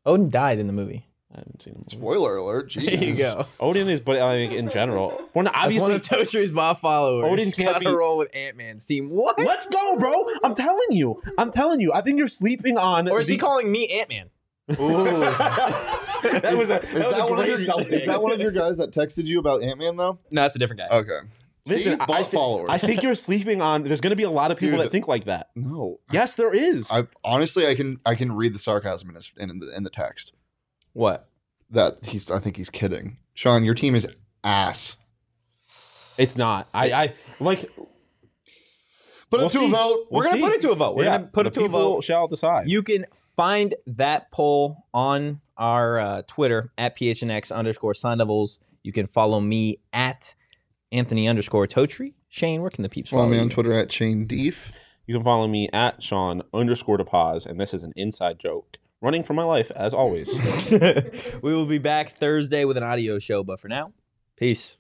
Speaker 1: Odin died in the movie.
Speaker 3: I haven't seen him.
Speaker 2: Spoiler alert.
Speaker 1: There you
Speaker 2: Jesus.
Speaker 1: go.
Speaker 3: Odin is, but I mean, in general, we're not obviously.
Speaker 1: That's one of Toshi's Bob followers.
Speaker 3: Odin can't
Speaker 1: Got a
Speaker 3: be-
Speaker 1: roll with Ant Man's team. What?
Speaker 3: Let's go, bro! I'm telling you, I'm telling you. I think you're sleeping on.
Speaker 1: Or is he
Speaker 3: the-
Speaker 1: calling me Ant Man?
Speaker 2: Ooh.
Speaker 3: that was a that, was a
Speaker 2: one of
Speaker 3: great
Speaker 2: your,
Speaker 3: self-pick.
Speaker 2: is that one of your guys that texted you about Ant Man though?
Speaker 1: No, that's a different guy.
Speaker 2: Okay. See,
Speaker 3: Listen, I- I
Speaker 2: ball
Speaker 3: thi-
Speaker 2: followers.
Speaker 3: I think you're sleeping on. There's going to be a lot of people
Speaker 2: Dude.
Speaker 3: that think like that.
Speaker 2: no.
Speaker 3: Yes, there is.
Speaker 2: I honestly, I can I can read the sarcasm in his, in the in the text
Speaker 1: What?
Speaker 2: that he's I think he's kidding. Sean, your team is ass.
Speaker 3: it's not. I, I like.
Speaker 2: Put
Speaker 3: We'll
Speaker 2: it to a
Speaker 3: see.
Speaker 2: vote.
Speaker 1: We're
Speaker 3: We'll
Speaker 1: gonna
Speaker 3: see.
Speaker 1: put it to a vote. We're
Speaker 3: Yeah,
Speaker 1: gonna put it
Speaker 3: the
Speaker 1: to a
Speaker 3: people
Speaker 1: vote.
Speaker 3: Shall decide.
Speaker 1: You can find that poll on our uh, Twitter at phnx underscore sign levels. You can follow me at Anthony underscore Totri. Shane, where can the peeps follow,
Speaker 2: Follow me on
Speaker 1: you?
Speaker 2: Twitter at Shane Deef.
Speaker 3: You can follow me at Sean underscore to pause, and this is an inside joke. Running for my life, as always.
Speaker 1: we will be back Thursday with an audio show, but for now, peace.